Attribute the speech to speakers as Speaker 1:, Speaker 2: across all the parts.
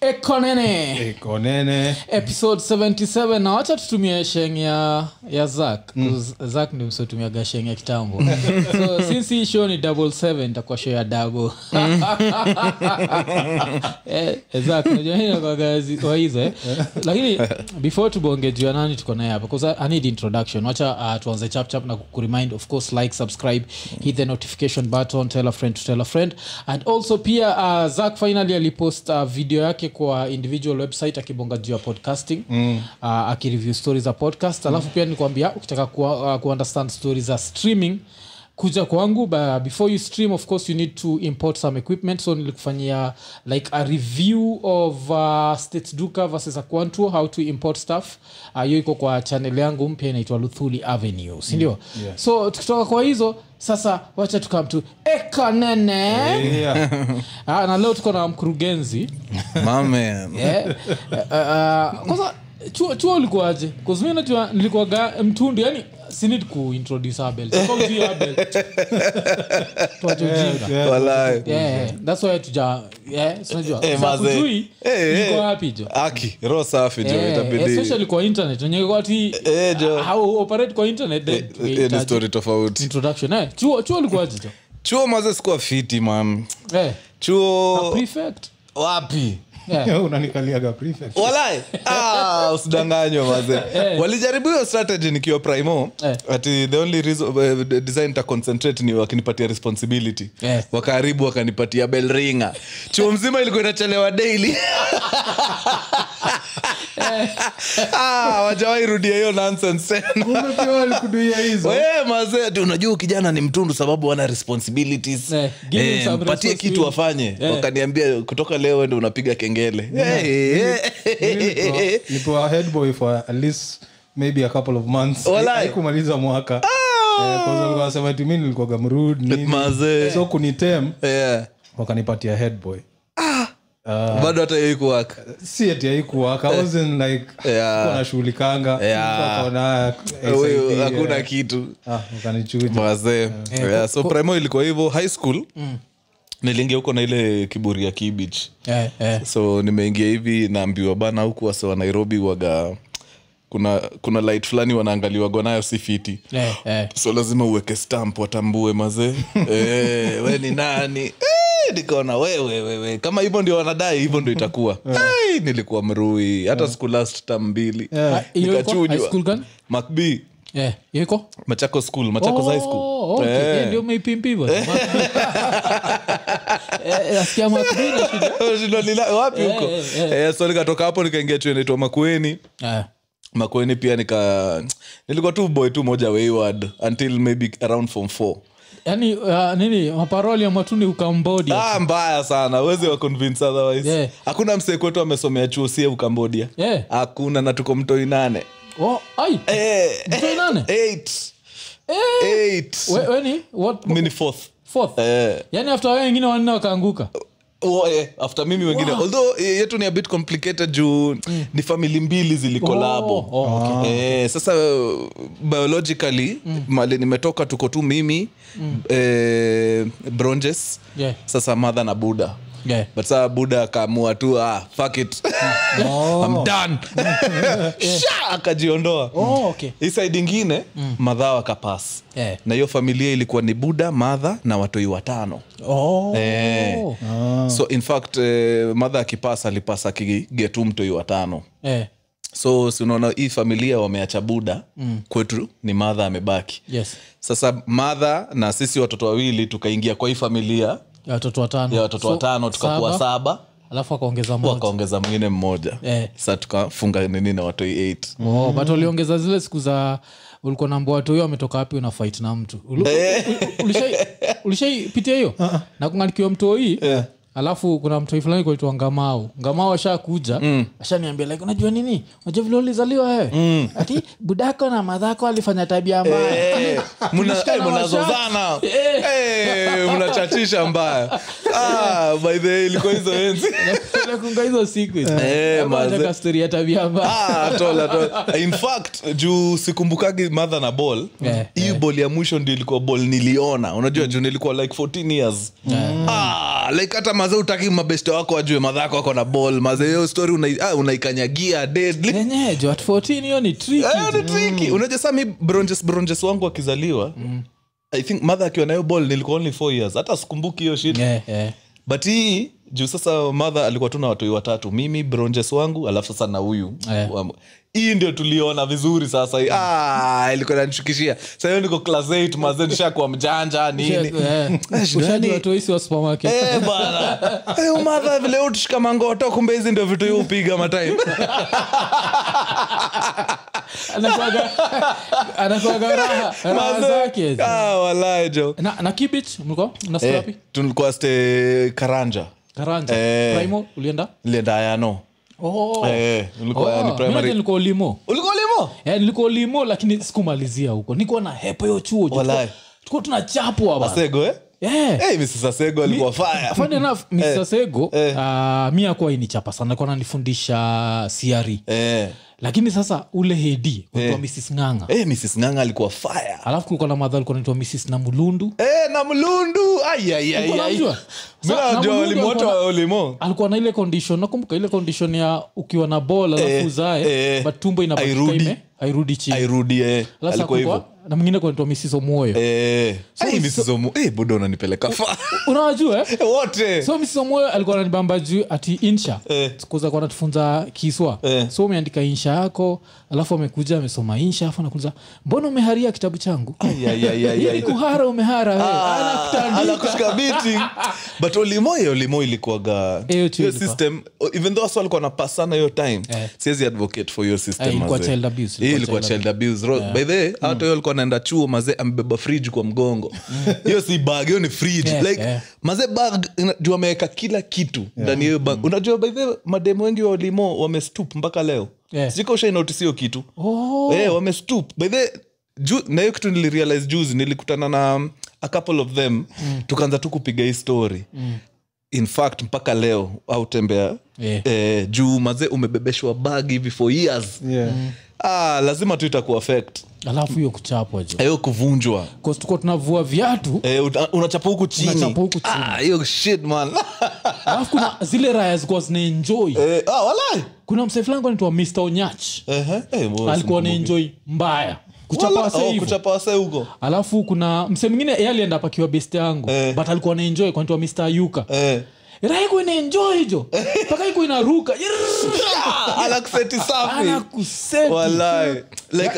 Speaker 1: ekonene
Speaker 2: ekonene
Speaker 1: episode 77 na wacha tutumie sheng ya, ya zak mm. zak ndi msiotumiaga sheng ya kitambo so since hii show ni double seven itakuwa show ya dago eh, eh, zak unajua mimi nakuwaga zi- wa hizo eh. lakini before tubonge juu ya nani tuko naye hapa 'cause I- i need introduction wacha uh, tuanze chapchap na kuremind of course like subscribe hit the notification button tell a friend to tell a friend and also pia uh, zak finally alipost uh, video yake kwa individual website akibonga juu ya podcasting mm. uh, akireview stories za podcast alafu pia nikwambia ukitaka kuwa, uh, kuunderstand stories za streaming kuja kwangu but before you stream of course you need to import some equipment so nilikufanyia like a review of uh, state duka versus aquantuo how to import stuff Uh, hiyo uh, iko kwa chanel yangu mpya inaitwa luthuli avenue sindio mm, yeah. so tukitoka kwa hizo sasa wacha tukamtu ekanene
Speaker 2: Yeah.
Speaker 1: Ah, na leo tuko na mkurugenzi
Speaker 3: Mamen.
Speaker 1: Eh, eh, ah, kwanza chuo chuo ulikuwaje kuzumi najua nilikuwaga mtundu yani sinid kuintroduce abel Tuko juu ya abel tuache ujinga
Speaker 2: Yeah.
Speaker 3: Walai.
Speaker 1: Yeah, that's why tuja yeah, si unajua.
Speaker 3: Eh,
Speaker 1: Sasa
Speaker 3: mazee.
Speaker 1: kujui,
Speaker 3: Eh, eh.
Speaker 1: niko wapi jo
Speaker 3: aki roho safi jo
Speaker 1: Eh,
Speaker 3: itabidi
Speaker 1: especially kwa internet wenye kwa ati ah,
Speaker 3: Eh, jo.
Speaker 1: how operate kwa internet then
Speaker 3: hiyo eh, ni
Speaker 1: tunahitaji
Speaker 3: story tofauti
Speaker 1: introduction eh chuo chuo ulikuwaje jo
Speaker 3: chuo maze sikuwa fiti mam
Speaker 1: eh
Speaker 3: chuo
Speaker 1: prefect Eh,
Speaker 3: wapi
Speaker 1: yeah
Speaker 2: Yeah, unanikaliaga prefect.
Speaker 3: walai ah, usidanganywe maze walijaribu hiyo strategy nikiwa primo
Speaker 1: Eh.
Speaker 3: ati the only reason, eh, the design ta concentrate ni wakinipatia responsibility
Speaker 1: Eh.
Speaker 3: wakaribu wakanipatia belringa chuo mzima ilikuwa inachelewa daily
Speaker 1: Eh.
Speaker 3: ah, wajawahi rudia hiyo nonsense tena
Speaker 2: Kumbe pia walikuduia hizo
Speaker 3: Wewe mazee ati unajua ukijana ni mtundu sababu ana responsibilities
Speaker 1: Eh, give him
Speaker 3: eh,
Speaker 1: some
Speaker 3: mpatie kitu wafanye
Speaker 1: Eh.
Speaker 3: wakaniambia kutoka leo wende unapiga kengele Eh, eh, eh,
Speaker 2: nikuwa headboy for at least maybe a couple of months
Speaker 3: Walai. Oh!
Speaker 2: Hai- haikumaliza mwaka Eh, 'cause walikuwa wanasema ati mi nilikuwaga mrud nini.
Speaker 3: Mazee.
Speaker 2: so kunitem
Speaker 3: eh.
Speaker 2: wakanipatia headboy
Speaker 1: Ah.
Speaker 3: bado hata hiyo iko work.
Speaker 1: Eh,
Speaker 2: si ati haikuwaka wasn't like
Speaker 3: Eh. Yeah.
Speaker 2: sikuwa nashughulikanga
Speaker 3: Yeah.
Speaker 2: Sikuwa kaona
Speaker 3: Wewe,
Speaker 2: SID,
Speaker 3: hakuna
Speaker 2: eh.
Speaker 3: kitu
Speaker 2: Ah, wakanichuja
Speaker 1: Eh,
Speaker 3: mazee yeah. so primo ilikuwa hivyo high school
Speaker 1: Mm.
Speaker 3: niliingia huko na ile kiburi ya kibich
Speaker 1: eh eh
Speaker 3: so nimeingia hivi naambiwa bana huku wase wa nairobi waga kuna kuna light fulani wanaangaliwagwa nayo si fiti
Speaker 1: eh eh
Speaker 3: so lazima uweke stamp watambue mazee Eh, we ni nani Eh, nikaona wewewewe kama hivyo ndio wanadai hivyo ndio itakuwa Ai, nilikuwa mrui hata siku last tam mbili
Speaker 1: Ah, hiyo ilikuwa high
Speaker 3: nikachujwa
Speaker 1: school gani?
Speaker 3: macb
Speaker 1: Eh, hiyo iko
Speaker 3: machako school machako high school
Speaker 1: Oh, okay.
Speaker 3: Eh.
Speaker 1: Yeah, ndio umeipimpiwa. Eh, nasikia makubwa na shida.
Speaker 3: Shindwa nila- wapi
Speaker 1: Eh,
Speaker 3: huko
Speaker 1: eh,
Speaker 3: Eh, so nikatoka hapo nikaingia chuo inaitwa makueni
Speaker 1: Ah,
Speaker 3: makueni pia nika nilikuwa tu boy tu moja wayward until maybe around form four
Speaker 1: yaani ah, nini maparoli ya mwatuni ukambodia
Speaker 3: ah, mbaya sana uwezi waconvince otherwise
Speaker 1: Yeah.
Speaker 3: hakuna msee kwetu amesomea chuo sie ukambodia
Speaker 1: Yeah.
Speaker 3: hakuna na tuko mtoi nane
Speaker 1: oh, ai
Speaker 3: Eh,
Speaker 1: Mtoi nane? Eh.
Speaker 3: eight. Eight.
Speaker 1: we, we ni what
Speaker 3: Mi ni fourth
Speaker 1: fourth
Speaker 3: Eh,
Speaker 1: yaani after wao wengine wanne wakaanguka
Speaker 3: oh, eh, after mimi wengine although eh, yetu ni a bit complicated juu ni famili mbili zilikolabo
Speaker 1: Mm. Oh, oh, Mm.
Speaker 3: eh, sasa uh, biologically mali nimetoka tuko tu mimi eh, bronjes
Speaker 1: Yeah.
Speaker 3: sasa madha na buda
Speaker 1: Yeah.
Speaker 3: but saa buda akaamua tu ah, fuck it I'm done Sha, akajiondoa
Speaker 1: Oh, okay.
Speaker 3: hii side ingine madhao akapas
Speaker 1: Yeah.
Speaker 3: na hiyo familia ilikuwa ni buda madha na watoi watano
Speaker 1: Oh.
Speaker 3: Eh. so in fact eh, madha akipasa alipasa akigetu mtoi watano
Speaker 1: Eh,
Speaker 3: so si unaona hii familia wameacha buda mm. kwetu ni madha amebaki
Speaker 1: yes
Speaker 3: sasa madha na sisi watoto wawili tukaingia kwa hii familia
Speaker 1: Ya watoto watano
Speaker 3: ya watoto
Speaker 1: So,
Speaker 3: watano tukakuwa saba
Speaker 1: alafu akaongeza moja
Speaker 3: wakaongeza mwingine mmoja
Speaker 1: Eh.
Speaker 3: sasa tukafunga nini na watoi eight.
Speaker 1: oh, but waliongeza zile siku za ulikuwa nambua watu huyo ametoka wapi una fight na mtu Ulu-
Speaker 3: Eh.
Speaker 1: ulishai- ulishaipitia hiyo
Speaker 3: Uh-uh.
Speaker 1: nakunganikiwa mtoi alafu kuna mtoi fulani kwaitwa ngamau ngamau ashakuja
Speaker 3: Mm.
Speaker 1: ashaniambia like unajua nini unajua vile ulizaliwa wewe
Speaker 3: Mm.
Speaker 1: ati budako na madhako alifanya tabia mbaya
Speaker 3: Eh, mna-
Speaker 1: Tulishikana
Speaker 3: eh, mnazozana Eh, mnachachisha mbaya Ah, by the way, ilikuwa hizo enzi
Speaker 1: nakunga hizo siku hizo.
Speaker 3: Eh,
Speaker 1: Hapo
Speaker 3: maze-
Speaker 1: nataka story ya tabia mbaya
Speaker 3: Ah, tola, tola. in fact juu sikumbukagi madha na ball
Speaker 1: Eh, Mm. Eh.
Speaker 3: hiyo ball ya mwisho ndio ilikuwa ball niliona unajua juu nilikuwa like 14 years Ah, ah, like hata maze utaki mabeste wako wajue madhako wako na ball maze hiyo story unai- ah, unaikanyagia deadly
Speaker 1: yenyewe jo at 14 hiyo ni tricky Mm.
Speaker 3: Eh, ni tricky unajua saa mi bronjes bronjes wangu akizaliwa i think mother akiwa nayo ball nilikuwa only four years hata sikumbuki hiyo shit
Speaker 1: Yeah, yeah.
Speaker 3: but hii juu sasa madha alikuwa tu na watoi watatu mimi bronjes wangu alafu sasa na huyu
Speaker 1: Eh.
Speaker 3: Wa- hii ndio tuliona vizuri sasa
Speaker 1: Mm.
Speaker 3: hii. ah, ilikuwa nanishukishia Sasa hiyo niko class 8 mazee nishakuwa mjanja nini
Speaker 1: Yeah. eh. Ushajua watu wahisi wa supermarket.
Speaker 3: Eh, bana Eh, madha vile utushika mangoto kumbe hizi ndio vitu yupiga matime
Speaker 1: Anakuwaga- anakuwaga raha raha zake
Speaker 3: ah, walai jo
Speaker 1: na, na kibich mlikuwa
Speaker 3: Eh,
Speaker 1: naskrapi
Speaker 3: tulikuwa ste karanja
Speaker 1: karanja
Speaker 3: Eh.
Speaker 1: primo ulienda
Speaker 3: lienda ayano
Speaker 1: Oh.
Speaker 3: Eh, ulikuwa
Speaker 1: Oh,
Speaker 3: yani
Speaker 1: mi
Speaker 3: primary-
Speaker 1: najua nilikuwa limo
Speaker 3: ulikuwa limo
Speaker 1: Eh, nilikuwa limo lakini sikumalizia huko nikuwa na hepa hiyo chuo jo.
Speaker 3: Walai.
Speaker 1: tulikuwa tunachapwa bana.
Speaker 3: sego eh?
Speaker 1: Eh.
Speaker 3: hey, mrs sego alikuwa fire Eh.
Speaker 1: Funny enough, Mr. Sego ah, mi akuwa inichapa sana alikuwa ananifundisha siari
Speaker 3: eh.
Speaker 1: lakini sasa ule hedi kuitwa mrs nganga
Speaker 3: hey, mrs nganga alikuwa fire
Speaker 1: alafu kulikuwa na madha alikuwa anaitwa mrs namulundu
Speaker 3: Eh, na mlundu Ai, ai, ai,
Speaker 1: Ulikuwa
Speaker 3: ai.
Speaker 1: unamjua?
Speaker 3: Mi
Speaker 1: Sa-
Speaker 3: najua
Speaker 1: na Mlundu
Speaker 3: walimu wote
Speaker 1: alikuwa
Speaker 3: wa Olimo.
Speaker 1: alikuwa na ile condition nakumbuka ile condition ya ukiwa na bol
Speaker 3: Eh,
Speaker 1: alafu uzae
Speaker 3: eh,
Speaker 1: but tumbo inabakika
Speaker 3: hairudi.
Speaker 1: ime- hairudi chini
Speaker 3: airudi eh.
Speaker 1: Alafu hakukuwa-
Speaker 3: alikuwa hivyo
Speaker 1: na mwingine kunaitwa misiso moyo
Speaker 3: Eh. Ai,
Speaker 1: so-
Speaker 3: Mrs. Omu- Eh, buda unanipeleka fa
Speaker 1: unawajua eh?
Speaker 3: wote
Speaker 1: so misiso moyo alikuwa nanibamba juu ati insha
Speaker 3: Eh.
Speaker 1: kuza kuwa natufunza kiswa
Speaker 3: Eh.
Speaker 1: so umeandika insha yako alafu amekuja amesoma insha alafu anakuuliza mbona umeharia kitabu changu
Speaker 3: Ai, ai, ai, ai, ai.
Speaker 1: ili kuhara umehara we.
Speaker 3: Ah,
Speaker 1: Anakutandika.
Speaker 3: anakushika biti but olimoyo olimo ilikuwaga
Speaker 1: Eh, hiyo tu
Speaker 3: hiyo
Speaker 1: ilikuwa.
Speaker 3: system o- even though wasi walikuwa napaa sana hiyo time
Speaker 1: Eh.
Speaker 3: siwezi advocate for hiyo system
Speaker 1: Eh, ilikuwa
Speaker 3: mazee.
Speaker 1: child abuse,
Speaker 3: Hii
Speaker 1: ilikuwa
Speaker 3: ilikuwa
Speaker 1: child Mm.
Speaker 3: child abuse Ro- by the way hata hiyo alikuwa anaenda chuo mazee amebeba fridge kwa mgongo hiyo si bag hiyo ni fridge
Speaker 1: Yeah,
Speaker 3: like
Speaker 1: yeah.
Speaker 3: mazee bag ina- juu ameweka kila kitu ndani ya hiyo
Speaker 1: Mm.
Speaker 3: bag unajua by the way mademu wengi wa olimo wamestoop mpaka leo
Speaker 1: Yeah.
Speaker 3: sijika ushainotis hiyo kitu
Speaker 1: Oh.
Speaker 3: hey, wamestoop by the ju, na hiyo kitu nilirealize juzi nilikutana na um, a couple of them mm. tukaanza tu kupiga hii story mm. in fact mpaka leo au tembea
Speaker 1: Eh.
Speaker 3: eh, juu mazee umebebeshwa bag hivi for years
Speaker 2: Yeah.
Speaker 3: ah, lazima tu itakuwa affect
Speaker 1: alafu hiyo kuchapwa jo
Speaker 3: hiyo kuvunjwa
Speaker 1: Cause tulikuwa tunavua viatu
Speaker 3: eh, una- unachapa huku chini
Speaker 1: Unachapa huku chini.
Speaker 3: Ah, hiyo shit man
Speaker 1: alafu kuna zile raya zikuwa zinaenjoy
Speaker 3: Ah, eh, ah, walai
Speaker 1: kuna msee fulani anaitwa mr onyach
Speaker 3: Ehe, eh, mbona
Speaker 1: alikuwa
Speaker 3: simkumbuki.
Speaker 1: anaenjoy mbaya kuchapa
Speaker 3: Wala-
Speaker 1: wasee
Speaker 3: oh,
Speaker 1: hivo
Speaker 3: kuchapa wase huko
Speaker 1: alafu kuna msee mwingine yeye alienda pakiwa best yangu
Speaker 3: Eh.
Speaker 1: but alikuwa anaenjoy kwanaitwa mr ayuka
Speaker 3: eh.
Speaker 1: raha iko inaenjoy jo mpaka iko inaruka
Speaker 3: Ah, anakuseti safi
Speaker 1: anakuseti
Speaker 3: Walai. like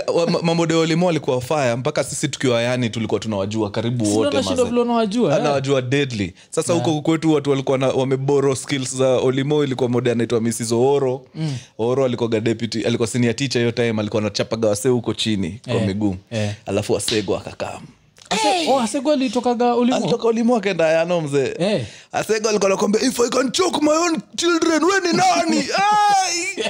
Speaker 3: mamodeolimo alikuwa faya mpaka sisi tukiwa yani tulikuwa tunawajua karibu
Speaker 1: Sina
Speaker 3: wote
Speaker 1: na shida
Speaker 3: maze.
Speaker 1: vile unawajua eh.
Speaker 3: anawajua deadly sasa huko kwetu watu walikuwa na- wameboro skills za olimo ilikuwa mode anaitwa mrs ooro
Speaker 1: Mm.
Speaker 3: ooro alikuwaga deputy alikuwa senior teacher hiyo time alikuwa anachapaga wasee huko chini kwa
Speaker 1: Eh,
Speaker 3: miguu
Speaker 1: eh.
Speaker 3: alafu wasego akakaa
Speaker 1: Ase- oh, asego alitokaga ulimo
Speaker 3: alitoka olimo akaenda yano mzee
Speaker 1: Eh.
Speaker 3: asego alikuwa nakwambia if i can choke my own children we ni nani Ai!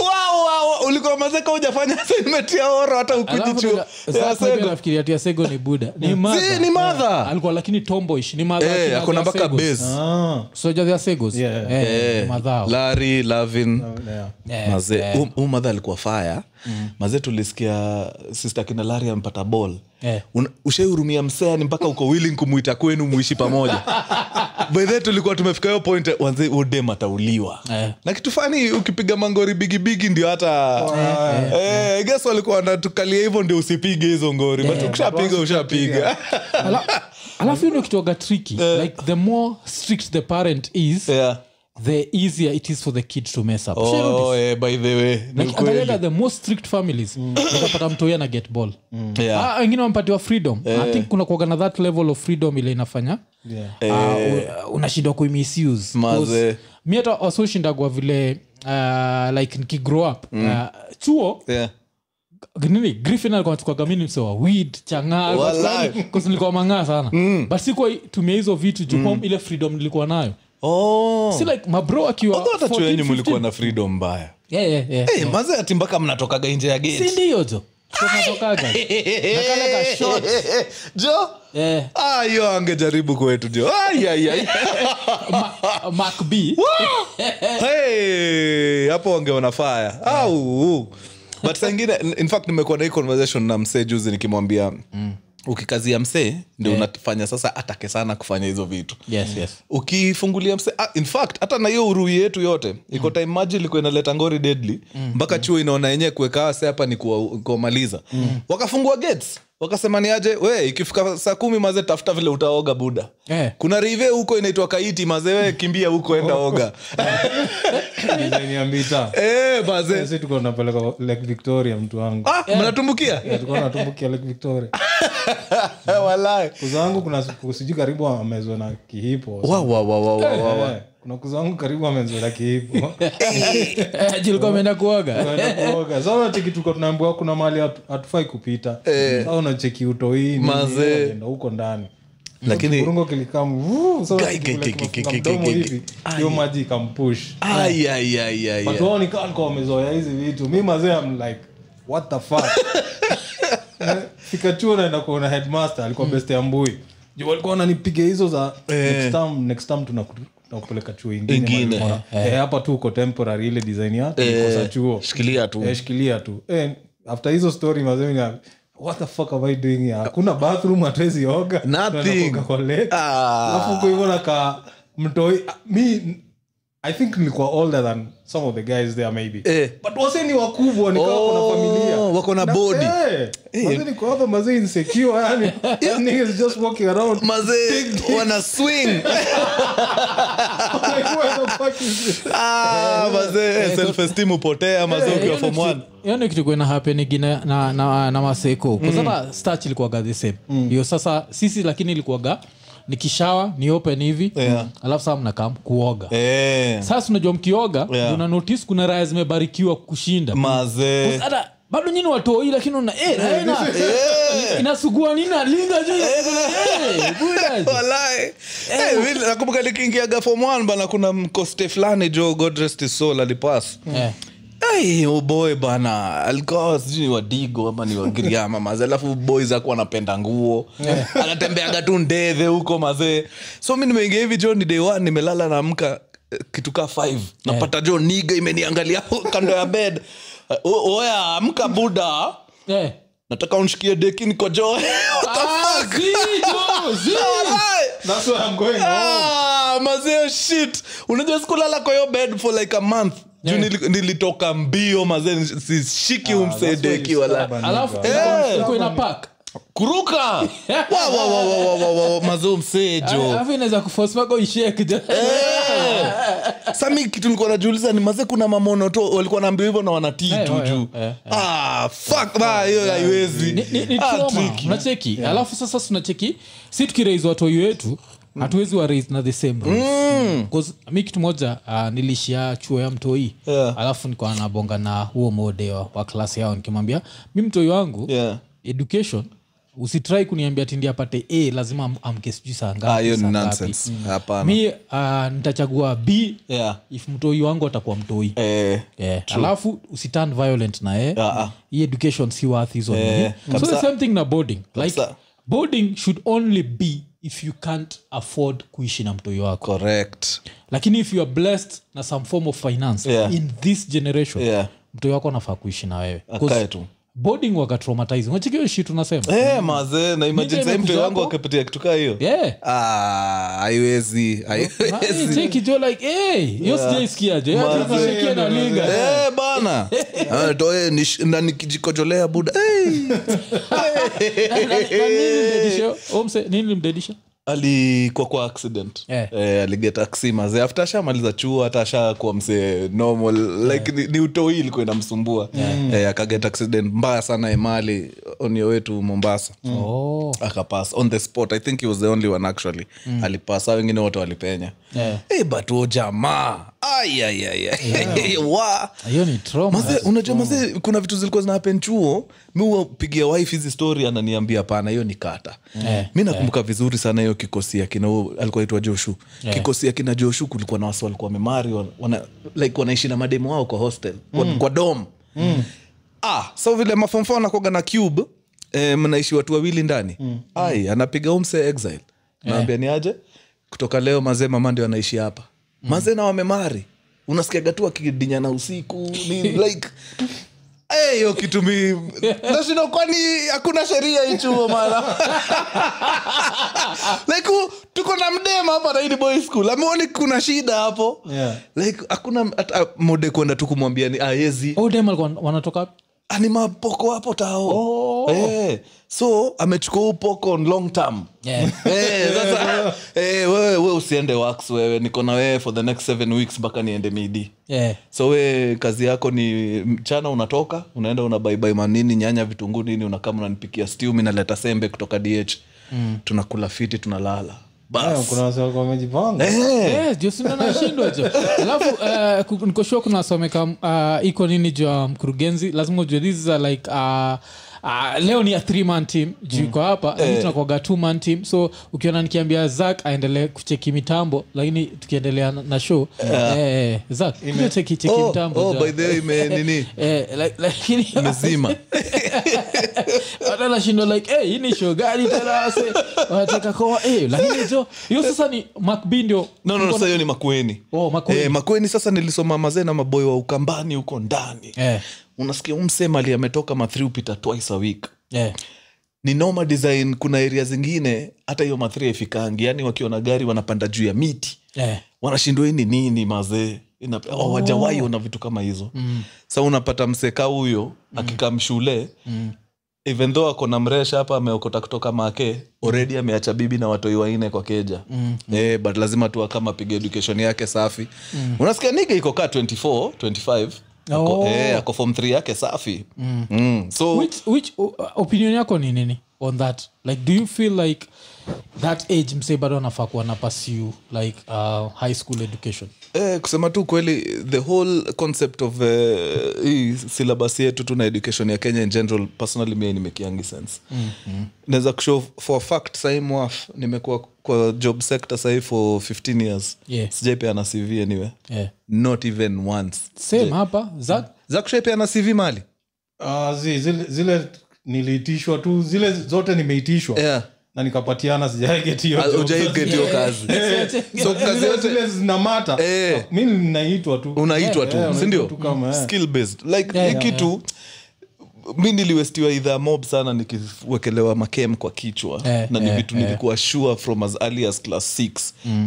Speaker 3: Wow, wow, wow. ulikuwa mazeka ujafanya assignment ya oro hata Eh,
Speaker 1: Alafu
Speaker 3: ukujichuo
Speaker 1: ndio- sasa hivi nafikiria ati asego ni buda ni mother.
Speaker 3: ni mother. Eh,
Speaker 1: Eh, alikuwa lakini tomboish ni mother lakini
Speaker 3: akona
Speaker 1: hadi
Speaker 3: mpaka
Speaker 1: Asegos.
Speaker 3: base
Speaker 2: Ah.
Speaker 1: soja vya segos
Speaker 2: Yeah.
Speaker 1: Eh, madhao
Speaker 3: lari lavin
Speaker 2: Yeah.
Speaker 1: Eh,
Speaker 3: mazee huu madha alikuwa faya mazee tulisikia sister kina lari amepata ball
Speaker 1: Eh.
Speaker 3: Una- ushaihurumia mseani mpaka uko willing kumwita kwenu muishi pamoja bedhe tulikuwa tumefika hiyo point wanze udem atauliwa
Speaker 1: Eh.
Speaker 3: na kitu fani ukipiga mangori bigibigi ndio hata Eh, guess walikuwa wanatukalia hivyo ndio usipige hizo ngori but ukishapiga ushapiga
Speaker 1: Ala- alafu hiyo ndio kitoga triki
Speaker 3: Eh.
Speaker 1: like the more strict the parent is
Speaker 3: Yeah.
Speaker 1: the easier it is for the kid to mess up Shall you
Speaker 3: Eh. oh,
Speaker 1: notice?
Speaker 3: eh, by the way ni
Speaker 1: Like,
Speaker 3: ukweli.
Speaker 1: angalia the most strict families utapata mtoi ana get ball
Speaker 3: Mm. Yeah. Eh.
Speaker 1: Ah, wengine wampatiwa freedom i think kuna kuaga na that level of freedom ile inafanya
Speaker 2: Yeah.
Speaker 1: Ah, u- unashindwa kuimisuse
Speaker 3: Eh. Maze.
Speaker 1: mi hata wasioshindagwa vile ah, like nikigrow up
Speaker 3: Mm.
Speaker 1: ah, chuo
Speaker 3: Yeah.
Speaker 1: nini griffin alikuwa anachukuaga mimi ni mse wa weed changaa
Speaker 3: Walai.
Speaker 1: nilikuwa mang'aa sana
Speaker 3: Mm.
Speaker 1: but sikuwa tumia hizo vitu juu home ile freedom nilikuwa nayo
Speaker 3: Oh.
Speaker 1: si like mabro akiwa
Speaker 3: Although hata
Speaker 1: 14,
Speaker 3: chuenyu mlikuwa
Speaker 1: 15.
Speaker 3: na freedom mbaya
Speaker 1: Yeah, yeah, yeah.
Speaker 3: hey, maze ati mpaka mnatokaga nje ya gate.
Speaker 1: si ndiyo jo tunatokaga na kale ka short.
Speaker 3: jo
Speaker 1: Eh,
Speaker 3: Ah, hiyo angejaribu kwetu jo Ai, ai, ai.
Speaker 1: Ma- Mark B.
Speaker 3: Hey, hapo wangeona faya
Speaker 1: Mm.
Speaker 3: au but saingine in fact nimekuwa na hii conversation na msee juzi nikimwambia ukikazia msee ndio unafanya sasa atake sana kufanya hizo vitu
Speaker 1: yes yes
Speaker 3: ukifungulia mse ah, in fact hata na hiyo urui yetu yote iko mm. time maji ilikuwa inaleta ngori deadly mpaka chuo inaona yenyewe kuwekaa se hapa ni kuwa- kuwamaliza wakafungua gates wakasema ni aje we ikifika saa kumi maze tafuta vile utaoga buda
Speaker 1: Eh.
Speaker 3: kuna rive huko inaitwa kaiti maze we kimbia huko enda oga
Speaker 2: Design ya mbita.
Speaker 3: Eh, maze
Speaker 2: Sisi tulikuwa tunapeleka Lake Victoria mtu wangu
Speaker 3: ah, mnatumbukia Eh,
Speaker 2: Tulikuwa tunatumbukia Lake Victoria
Speaker 3: walai
Speaker 2: kuza wangu kuna siku- sijui karibu amezwa na kihipo
Speaker 3: Wa, wa, wa, wa, wa, wa, wa.
Speaker 2: Eh, kuna kuza wangu karibu amezwa na kihipo
Speaker 1: Eh, jilikuwa ameenda kuoga Eh,
Speaker 2: Tunaenda kuoga. Sasa unacheki tulikuwa tunaambiwa kuna mahali hatu- hatufai kupita
Speaker 3: Eh.
Speaker 2: sasa unacheki utoii nini,
Speaker 3: Mazee.
Speaker 2: unaenda huko ndani
Speaker 3: lakini
Speaker 2: Kurungo kilikamu vuu, sasa
Speaker 3: Gai, gai,
Speaker 2: unacheki
Speaker 3: gai,
Speaker 2: kule kimefunga
Speaker 3: gai, gai,
Speaker 2: mdomo
Speaker 3: gai,
Speaker 2: hivi,
Speaker 3: gai.
Speaker 2: hiyo maji ikampush
Speaker 3: Ai, ai, ai, ai, ai.
Speaker 2: watu wao nikaa nikuwa wamezoea hizi vitu mi mazee am like what the fuck Eh, fika chuo naenda kuona headmaster alikuwa
Speaker 3: Hmm.
Speaker 2: best ya mbui juu walikuwa wananipiga hizo za next time, next time tunaku- tunakupeleka chuo ingine
Speaker 3: Eh. Ingine, Eh,
Speaker 2: mahali bora. Eh, hapa tu uko temporary ile design yako kosa chuo
Speaker 3: shikilia tu
Speaker 2: Eh, shikilia tu Eh, after hizo story mazee mi na- what the fuck am i doing here hakuna bathroom hatuwezi oga
Speaker 3: Nothing.
Speaker 2: Tunaenda kuoga kwa lake.
Speaker 3: Ah.
Speaker 2: Alafu huko hivyo nakaa mtoi mi i think nilikuwa older than some of the guys there maybe
Speaker 3: Eh.
Speaker 2: but wase ni wakubwa nikawa
Speaker 3: Oh,
Speaker 2: kuna familia
Speaker 3: wako na body.
Speaker 2: eh, wase niko hapa mazee insecure yani niggas just walking around
Speaker 3: mazee wana swing
Speaker 2: like what the fuck is this?
Speaker 3: Ah, mazee self esteem hupotea mazee ukiwa form one
Speaker 1: yani kitu kwena hapenigi na, na, na, na maseko kasata mm. stach ilikuwaga the same
Speaker 3: Mm.
Speaker 1: hiyo sasa sisi lakini ilikuwaga nikishawa ni open hivi yeah. alafu saa mnakam kuoga
Speaker 3: Eh,
Speaker 1: sasa unajua mkioga
Speaker 3: Yeah.
Speaker 1: yeah. una notice kuna raya zimebarikiwa kushinda
Speaker 3: mazee
Speaker 1: hata bado nyini watoi lakini una eh, raya ina-
Speaker 3: Eh.
Speaker 1: inasugua nini nalinga juu Eh, buda.
Speaker 3: Walai. Eh, vile nakumbuka nikiingiaga form one bana kuna mkoste fulani jo god rest his soul alipass
Speaker 1: Eh.
Speaker 3: Ai, uboe oh bana alikuwa sijui ni wadigo ama ni wagiriama mazee alafu boi zaku anapenda nguo anatembeaga tu ndedhe huko mazee so mi nimeingia hivi jo ni day one nimelala naamka eh, kitu kaa five napata jo niga imeniangalia kando ya bed O- oya amka buda
Speaker 1: Eh.
Speaker 3: nataka unshikie deki niko jo What the
Speaker 1: Ah,
Speaker 3: fuck?
Speaker 1: zi, jo, zi.
Speaker 3: Walai.
Speaker 2: that's where i'm going home.
Speaker 3: Ah, mazee shit unajua sikulala kwa hiyo bed for like a month juu nili- nilitoka mbio mazee
Speaker 1: Ah,
Speaker 3: sishiki
Speaker 2: That's where you
Speaker 3: umsedeki
Speaker 2: stubborn
Speaker 3: wala
Speaker 2: nigga.
Speaker 1: alafu
Speaker 3: Eh.
Speaker 1: iko ina pak
Speaker 3: kuruka Wa, wa, wa, wa, wa, wa, wa, wa, mazee msejo
Speaker 1: alafu inaweza kufosmako ishek jo
Speaker 3: sami kitu nilikuwa najiuliza ni mazee kuna mamono to walikuwa naambia hivyo na wanatii
Speaker 1: Eh,
Speaker 3: tu
Speaker 1: eh,
Speaker 3: juu
Speaker 1: eh, eh.
Speaker 3: Ah, fuck, ba, hiyo haiwezi
Speaker 1: ni, ni, ni
Speaker 3: Ah,
Speaker 1: trauma,
Speaker 3: tricky.
Speaker 1: unacheki alafu sasa tunacheki si tukiraise watoi wetu
Speaker 3: Mm.
Speaker 1: hatuwezi wa raise na the same mm. mi kitu moja uh, nilishia chuo ya mtoi
Speaker 3: Yeah.
Speaker 1: alafu nikuwa nabonga na huo mode wa, wa klasi yao nikimwambia mi mtoi wangu
Speaker 3: Yeah.
Speaker 1: education usitrai kuniambia tindi apate a lazima am- amke sijui saa ngapi,
Speaker 3: Ah, hiyo ni
Speaker 1: saa ngapi.
Speaker 3: nonsense. Hapana.
Speaker 1: Mm. mi uh, nitachagua b
Speaker 3: Yeah.
Speaker 1: if mtoi wangu atakuwa mtoi
Speaker 3: Eh,
Speaker 1: Yeah. alafu usitan violent na yeye
Speaker 3: Ah, ah.
Speaker 1: hii education si worth hizo
Speaker 3: Eh,
Speaker 1: yeah. so the
Speaker 3: kabisa.
Speaker 1: same thing na boarding like
Speaker 3: Kabisa.
Speaker 1: boarding should only be if you can't afford kuishi na mtoi wako
Speaker 3: correct
Speaker 1: lakini if you are blessed na some form of finance
Speaker 3: Yeah.
Speaker 1: in this generation
Speaker 3: Yeah.
Speaker 1: mtoi wako anafaa kuishi na wewe
Speaker 3: Akae
Speaker 1: 'Cause
Speaker 3: tu.
Speaker 1: boarding wakatraumatizing wachikiwe shi tunasema
Speaker 3: Eh, mazee na imagine
Speaker 1: Nigga
Speaker 3: sahii mtu
Speaker 1: imekuja
Speaker 3: wangu
Speaker 1: hapo.
Speaker 3: akipitia kitu kaa hiyo
Speaker 1: yeah.
Speaker 3: Ah, haiwezi haiwezi
Speaker 1: chekijo like hey, hiyo sijaisikiaje sikia Yaani na linga
Speaker 3: Eh, bana Ah, toe nish- na nikijikojolea buda Eh.
Speaker 1: Na- na- na nini mdedisha?
Speaker 3: Eh.
Speaker 1: Omse, nini limdedisha
Speaker 3: alikuwa kwa accident
Speaker 1: Eh.
Speaker 3: eh, aliget aksi mazee after ashamaliza chuo hata ashakuwa msee normal like ni, ni utoi ilikuwa inamsumbua eh, akaget accident mbaya sana emali onio wetu mombasa
Speaker 1: oh.
Speaker 3: akapass on the spot i think he was the only one actually mm. alipasa wengine wote walipenya
Speaker 1: Yeah.
Speaker 3: Eh, but huyo jamaa ayayaya wa
Speaker 1: hiyo ni trauma.
Speaker 3: maze unajua maze
Speaker 1: Mm.
Speaker 3: kuna vitu zilikuwa zinahapen chuo mi huwapigia wife hizi story ananiambia hapana hiyo ni kata
Speaker 1: Eh,
Speaker 3: mi nakumbuka vizuri sana hiyo kikosi ya kina huyo alikuwa aitwa joshu kikosi ya kina joshu kulikuwa na wasi walikuwa wamemari wana, wana, like wanaishi na mademu wao kwa hostel kwa, kwa dom ah, so vile mafomfo anakoga na cube eh, mnaishi watu wawili ndani ai anapiga umse exile naambia ni aje kutoka leo mazee mama ndio anaishi hapa mazee na wamemari unasikiaga tu akidinyana usiku ni like Eh, hiyo kitu mi nashinda kwani hakuna sheria ichuo mara like u- tuko na mdema hapa naini boy school ameoni kuna shida hapo
Speaker 2: Yeah.
Speaker 3: like hakuna hata mode kwenda tu kumwambia ni aezi
Speaker 1: Oh, dem alikuwa wanatoka
Speaker 3: ni mapoko hapo tao
Speaker 1: Oh.
Speaker 3: Eh, so amechukua upoko on long term
Speaker 1: Yeah.
Speaker 3: Eh, sasa eh, wewe we usiende wax wewe niko na wewe for the next seven weeks mpaka niende midi
Speaker 1: yeah.
Speaker 3: so we kazi yako ni mchana unatoka unaenda una baibai manini nyanya vitunguu nini unakaa unanipikia stew mi naleta sembe kutoka dh mm. tunakula fiti tunalala
Speaker 1: Ah,
Speaker 2: Oh. Yeah,
Speaker 3: bas
Speaker 2: kuna wase walikuwa wamejipanga
Speaker 3: Eh,
Speaker 1: Yes, juu si mnaona nashindwa jo alafu eh, ku- niko sure kuna someka uh, iko nini juu ya mkurugenzi lazima ujue this is a like uh, Uh, leo ni a three man team
Speaker 3: Mm.
Speaker 1: juu iko hapa
Speaker 3: Eh.
Speaker 1: lakini tunakwaga two man team so ukiona nikiambia zak aendelee kucheki mitambo lakini tukiendelea na- na show eh, zak kuja cheki cheki
Speaker 3: oh,
Speaker 1: mitambo
Speaker 3: oh,
Speaker 1: jo.
Speaker 3: by the way ime- nini
Speaker 1: Eh, like- lakini
Speaker 3: mezima
Speaker 1: hata nashindo like hey, hii ni show gani tena wase wanataka koa eh, lakini jo hiyo sasa ni macb ndio
Speaker 3: no, no, no, sasa hiyo ni makweni
Speaker 1: Oh, Makueni.
Speaker 3: Eh, makweni sasa nilisoma mazee na maboyo wa ukambani huko ndani
Speaker 1: Eh.
Speaker 3: unasikia umsemali ametoka mathri upita twice a week
Speaker 1: eh,
Speaker 3: ni noma design kuna area zingine hata hiyo mathri haifikangi yani wakiwa na gari wanapanda juu ya miti
Speaker 1: eh.
Speaker 3: wanashindwa hii ni nini mazee Ina- oh, wajawahi ona vitu kama hizo mm. sa unapata mseka huyo akikaa mshule mm. even though ako na mresha hapa ameokota kutoka make oredi ameacha bibi na watoi waine kwa keja mm. eh, but lazima tu akama apige education yake safi mm. unasikia niga iko kaa 24 25 Ako,
Speaker 1: Oh.
Speaker 3: eh, ako form 3 yake safi mm. Mm. so
Speaker 1: which, which o- opinion yako ni nini on that like do you feel like that age msee bado anafaa kuwa na pursue like uh, high school education
Speaker 3: Eh, kusema tu kweli the whole concept of eh, hii syllabus yetu tu na education ya kenya in general personally mia nimekiangi sense mm-hmm. naweza kushow for a fact sai mwaf nimekuwa kwa job sector sahii for 15 years
Speaker 1: Yeah.
Speaker 3: sijaipeana cv anyway
Speaker 1: yeah.
Speaker 3: not even once
Speaker 1: same hapa Zach?
Speaker 3: za kushaipeana cv mali
Speaker 2: Ah, zi- zile, zile niliitishwa tu zile zote nimeitishwa
Speaker 1: Oh.
Speaker 3: Yeah. Ah,
Speaker 2: na nikapatiana sijaegetiyo
Speaker 3: ujaiketio kazi so kazi yote
Speaker 2: zile zinamata
Speaker 3: Eh.
Speaker 2: mi naitwa tu
Speaker 3: unaitwa tu
Speaker 2: yeah,
Speaker 3: sindio
Speaker 2: unaitwa tu kama, eh.
Speaker 3: skill based like
Speaker 1: Yeah,
Speaker 3: hii
Speaker 1: yeah,
Speaker 3: kitu mi niliwestiwa idha mob sana nikiwekelewa makem kwa kichwa
Speaker 1: Eh,
Speaker 3: na ni
Speaker 1: eh, Mm.
Speaker 3: vitu nilikuwa sure from as early as class 6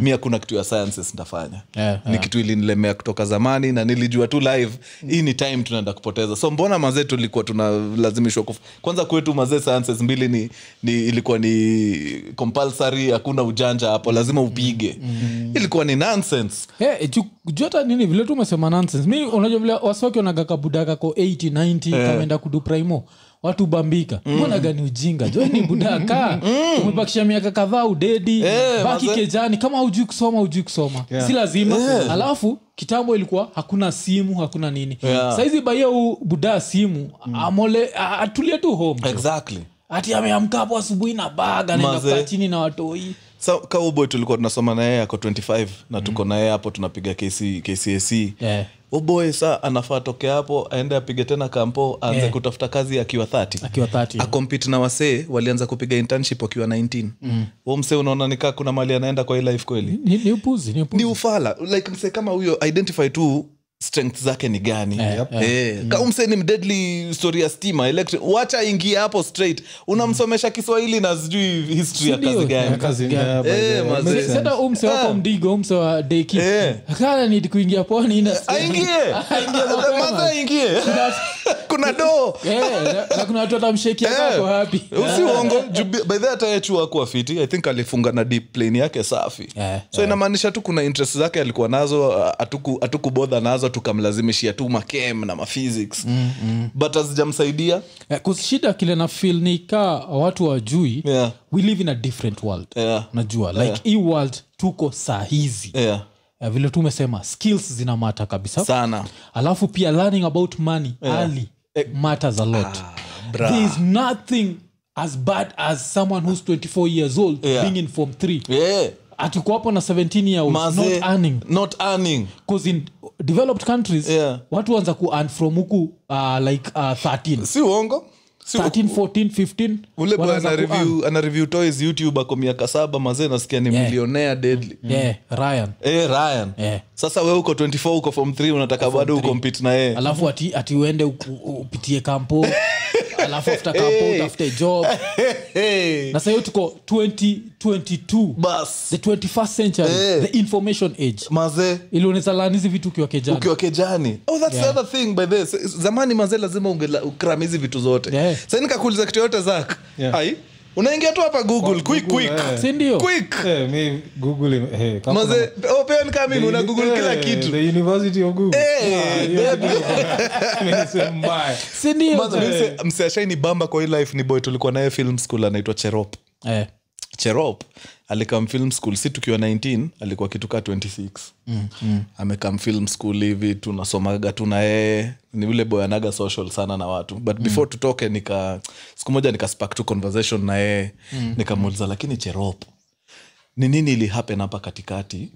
Speaker 3: mi hakuna kitu ya sciences nitafanya
Speaker 1: Eh,
Speaker 3: ni kitu ilinilemea kutoka zamani na nilijua tu live hii ni time tunaenda kupoteza so mbona mazee tulikuwa tunalazimishwa kuf... kwanza kwetu mazee sciences mbili ni, ni ilikuwa ni compulsory hakuna ujanja hapo lazima upige
Speaker 1: Mm.
Speaker 3: ilikuwa ni nonsense
Speaker 1: Hey, Eh, ju- ju hata nini vile tu umesema nonsense mi unajua vile wasiwaki wanaga kabudakako 80 90 kameenda kudu primo watu bambika mbona gani ujinga jo ni budaka umebakisha miaka kadhaa udedi baki kejani kama hujui kusoma hujui kusoma si lazima alafu kitambo ilikuwa hakuna simu hakuna nini
Speaker 3: Yeah.
Speaker 1: saizi baia u budaa simu amole a- atulie tu home
Speaker 3: Eh.
Speaker 1: jo.
Speaker 3: exactly
Speaker 1: ati ameamka hapo asubuhi na baga naenda
Speaker 3: Mazee.
Speaker 1: kukaa chini na watoi
Speaker 3: sa kauboy tulikuwa tunasoma na yeye ako 25 na tuko na yeye hapo tunapiga KC, kcac
Speaker 1: Mhm. Yeah.
Speaker 3: uboy E. Oh sa anafaa toke hapo aende apige tena kampo aanze
Speaker 1: Yeah.
Speaker 3: kutafuta kazi akiwa 30
Speaker 1: akiwa 30
Speaker 3: akompit na wasee walianza kupiga internship wakiwa 19 mm. msee unaona nikaa kuna mali anaenda kwa hii life kweli
Speaker 1: ni, ni upuzi ni upuzi
Speaker 3: ni ufala like msee kama huyo identify tu strength zake ni gani
Speaker 1: Eh,
Speaker 3: Eh, ka umse ni mdeadly story ya stima electric wacha ingia hapo straight unamsomesha kiswahili na sijui history ya
Speaker 1: Sindio?
Speaker 3: kazi gani
Speaker 1: Yeah,
Speaker 2: Kazi-
Speaker 1: Yeah.
Speaker 2: yeah, by the
Speaker 3: Eh,
Speaker 2: way.
Speaker 3: mazee.
Speaker 2: Makes sense.
Speaker 1: sasa umse wako mdigo umse wa deki
Speaker 3: Ah. Eh.
Speaker 1: kana nidi kuingia poni na
Speaker 3: aingie madha aingie kuna doo
Speaker 1: Eh, na- na kuna watu watamshekia
Speaker 3: Eh.
Speaker 1: kako hapi
Speaker 3: usiongo baidhi atayechua akuwa fiti i think alifunga na deep plane yake safi
Speaker 1: Yeah,
Speaker 3: so inamaanisha tu kuna interest zake alikuwa nazo atuku- hatukubodha nazo tukamlazimishia tu makem na maphysics mm, mm. but azijamsaidia
Speaker 1: Eh, kushida kile na fil ni ka watu wajui
Speaker 3: Yeah.
Speaker 1: we live in a different world
Speaker 3: Yeah.
Speaker 1: najua like
Speaker 3: Yeah.
Speaker 1: hii world tuko saa hizi
Speaker 3: yeah.
Speaker 1: Eh, vile tumesema skills zina mata kabisa
Speaker 3: sana
Speaker 1: alafu pia learning about money early matters a lot
Speaker 3: Eh. Ah, brah.
Speaker 1: there is nothing as bad as someone who's 24 years old
Speaker 3: Yeah.
Speaker 1: being in form 3
Speaker 3: yeah.
Speaker 1: atuko hapo na 17 year olds,
Speaker 3: Maze-
Speaker 1: not earning
Speaker 3: not earning.
Speaker 1: 'Cause in developed countries
Speaker 3: Yeah.
Speaker 1: watu wanza ku earn from huku uh, like uh, 13
Speaker 3: si uongo Si-
Speaker 1: 13 14 15
Speaker 3: ule boy
Speaker 1: wanaanza
Speaker 3: ana
Speaker 1: ku-
Speaker 3: review- ana review toys youtube ako miaka saba mazee nasikia ni
Speaker 1: Yeah.
Speaker 3: millionaire deadly
Speaker 1: yeah ryan
Speaker 3: Eh, ryan
Speaker 1: Yeah.
Speaker 3: sasa we uko 24 uko form 3 unataka bado ukompit na yeye
Speaker 1: alafu ati, ati uende u- u- upitie kampo alafu after kampo utafute job
Speaker 3: Hey,
Speaker 1: na sahiyo tuko 2022
Speaker 3: bas
Speaker 1: the 21st century
Speaker 3: Eh.
Speaker 1: the information age
Speaker 3: mazee
Speaker 1: ili unaweza laani hizi vitu ukiwa kijana
Speaker 3: ukiwa kejani oh, that's
Speaker 1: Yeah.
Speaker 3: the other thing by this zamani mazee lazima ungela- ukram hizi vitu zote
Speaker 1: Yeah.
Speaker 3: saini kakuuliza kitu yoyote zak
Speaker 2: Yeah.
Speaker 3: ai unaingia tu hapa google quick
Speaker 2: Google,
Speaker 3: quick
Speaker 2: eh.
Speaker 1: si ndio
Speaker 3: quick
Speaker 2: Eh, mi Google ime- eh, kama
Speaker 3: mazee
Speaker 2: kuna-
Speaker 3: oh, pia ni kama mimi una google
Speaker 2: Eh,
Speaker 3: kila kitu
Speaker 2: the University of Google.
Speaker 3: Eh,
Speaker 2: Ah, hiyo
Speaker 3: that-
Speaker 2: kitu mbaya. Sema mbaya.
Speaker 1: si ndio
Speaker 3: Mazee, mimi mse- mse ashai ni bamba kwa hii life ni boy tulikuwa naye film school anaitwa cherop
Speaker 1: eh.
Speaker 3: cherop alikam film school si tukiwa 19 alikuwa kitukaa 26 mm, mm. amekam film school hivi tunasomaga tu na yeye ni yule boy anaga social sana na watu but before tutoke nika siku moja nikaspark tu conversation na yeye nikamuuliza lakini cherop ni nini ilihapen hapa katikati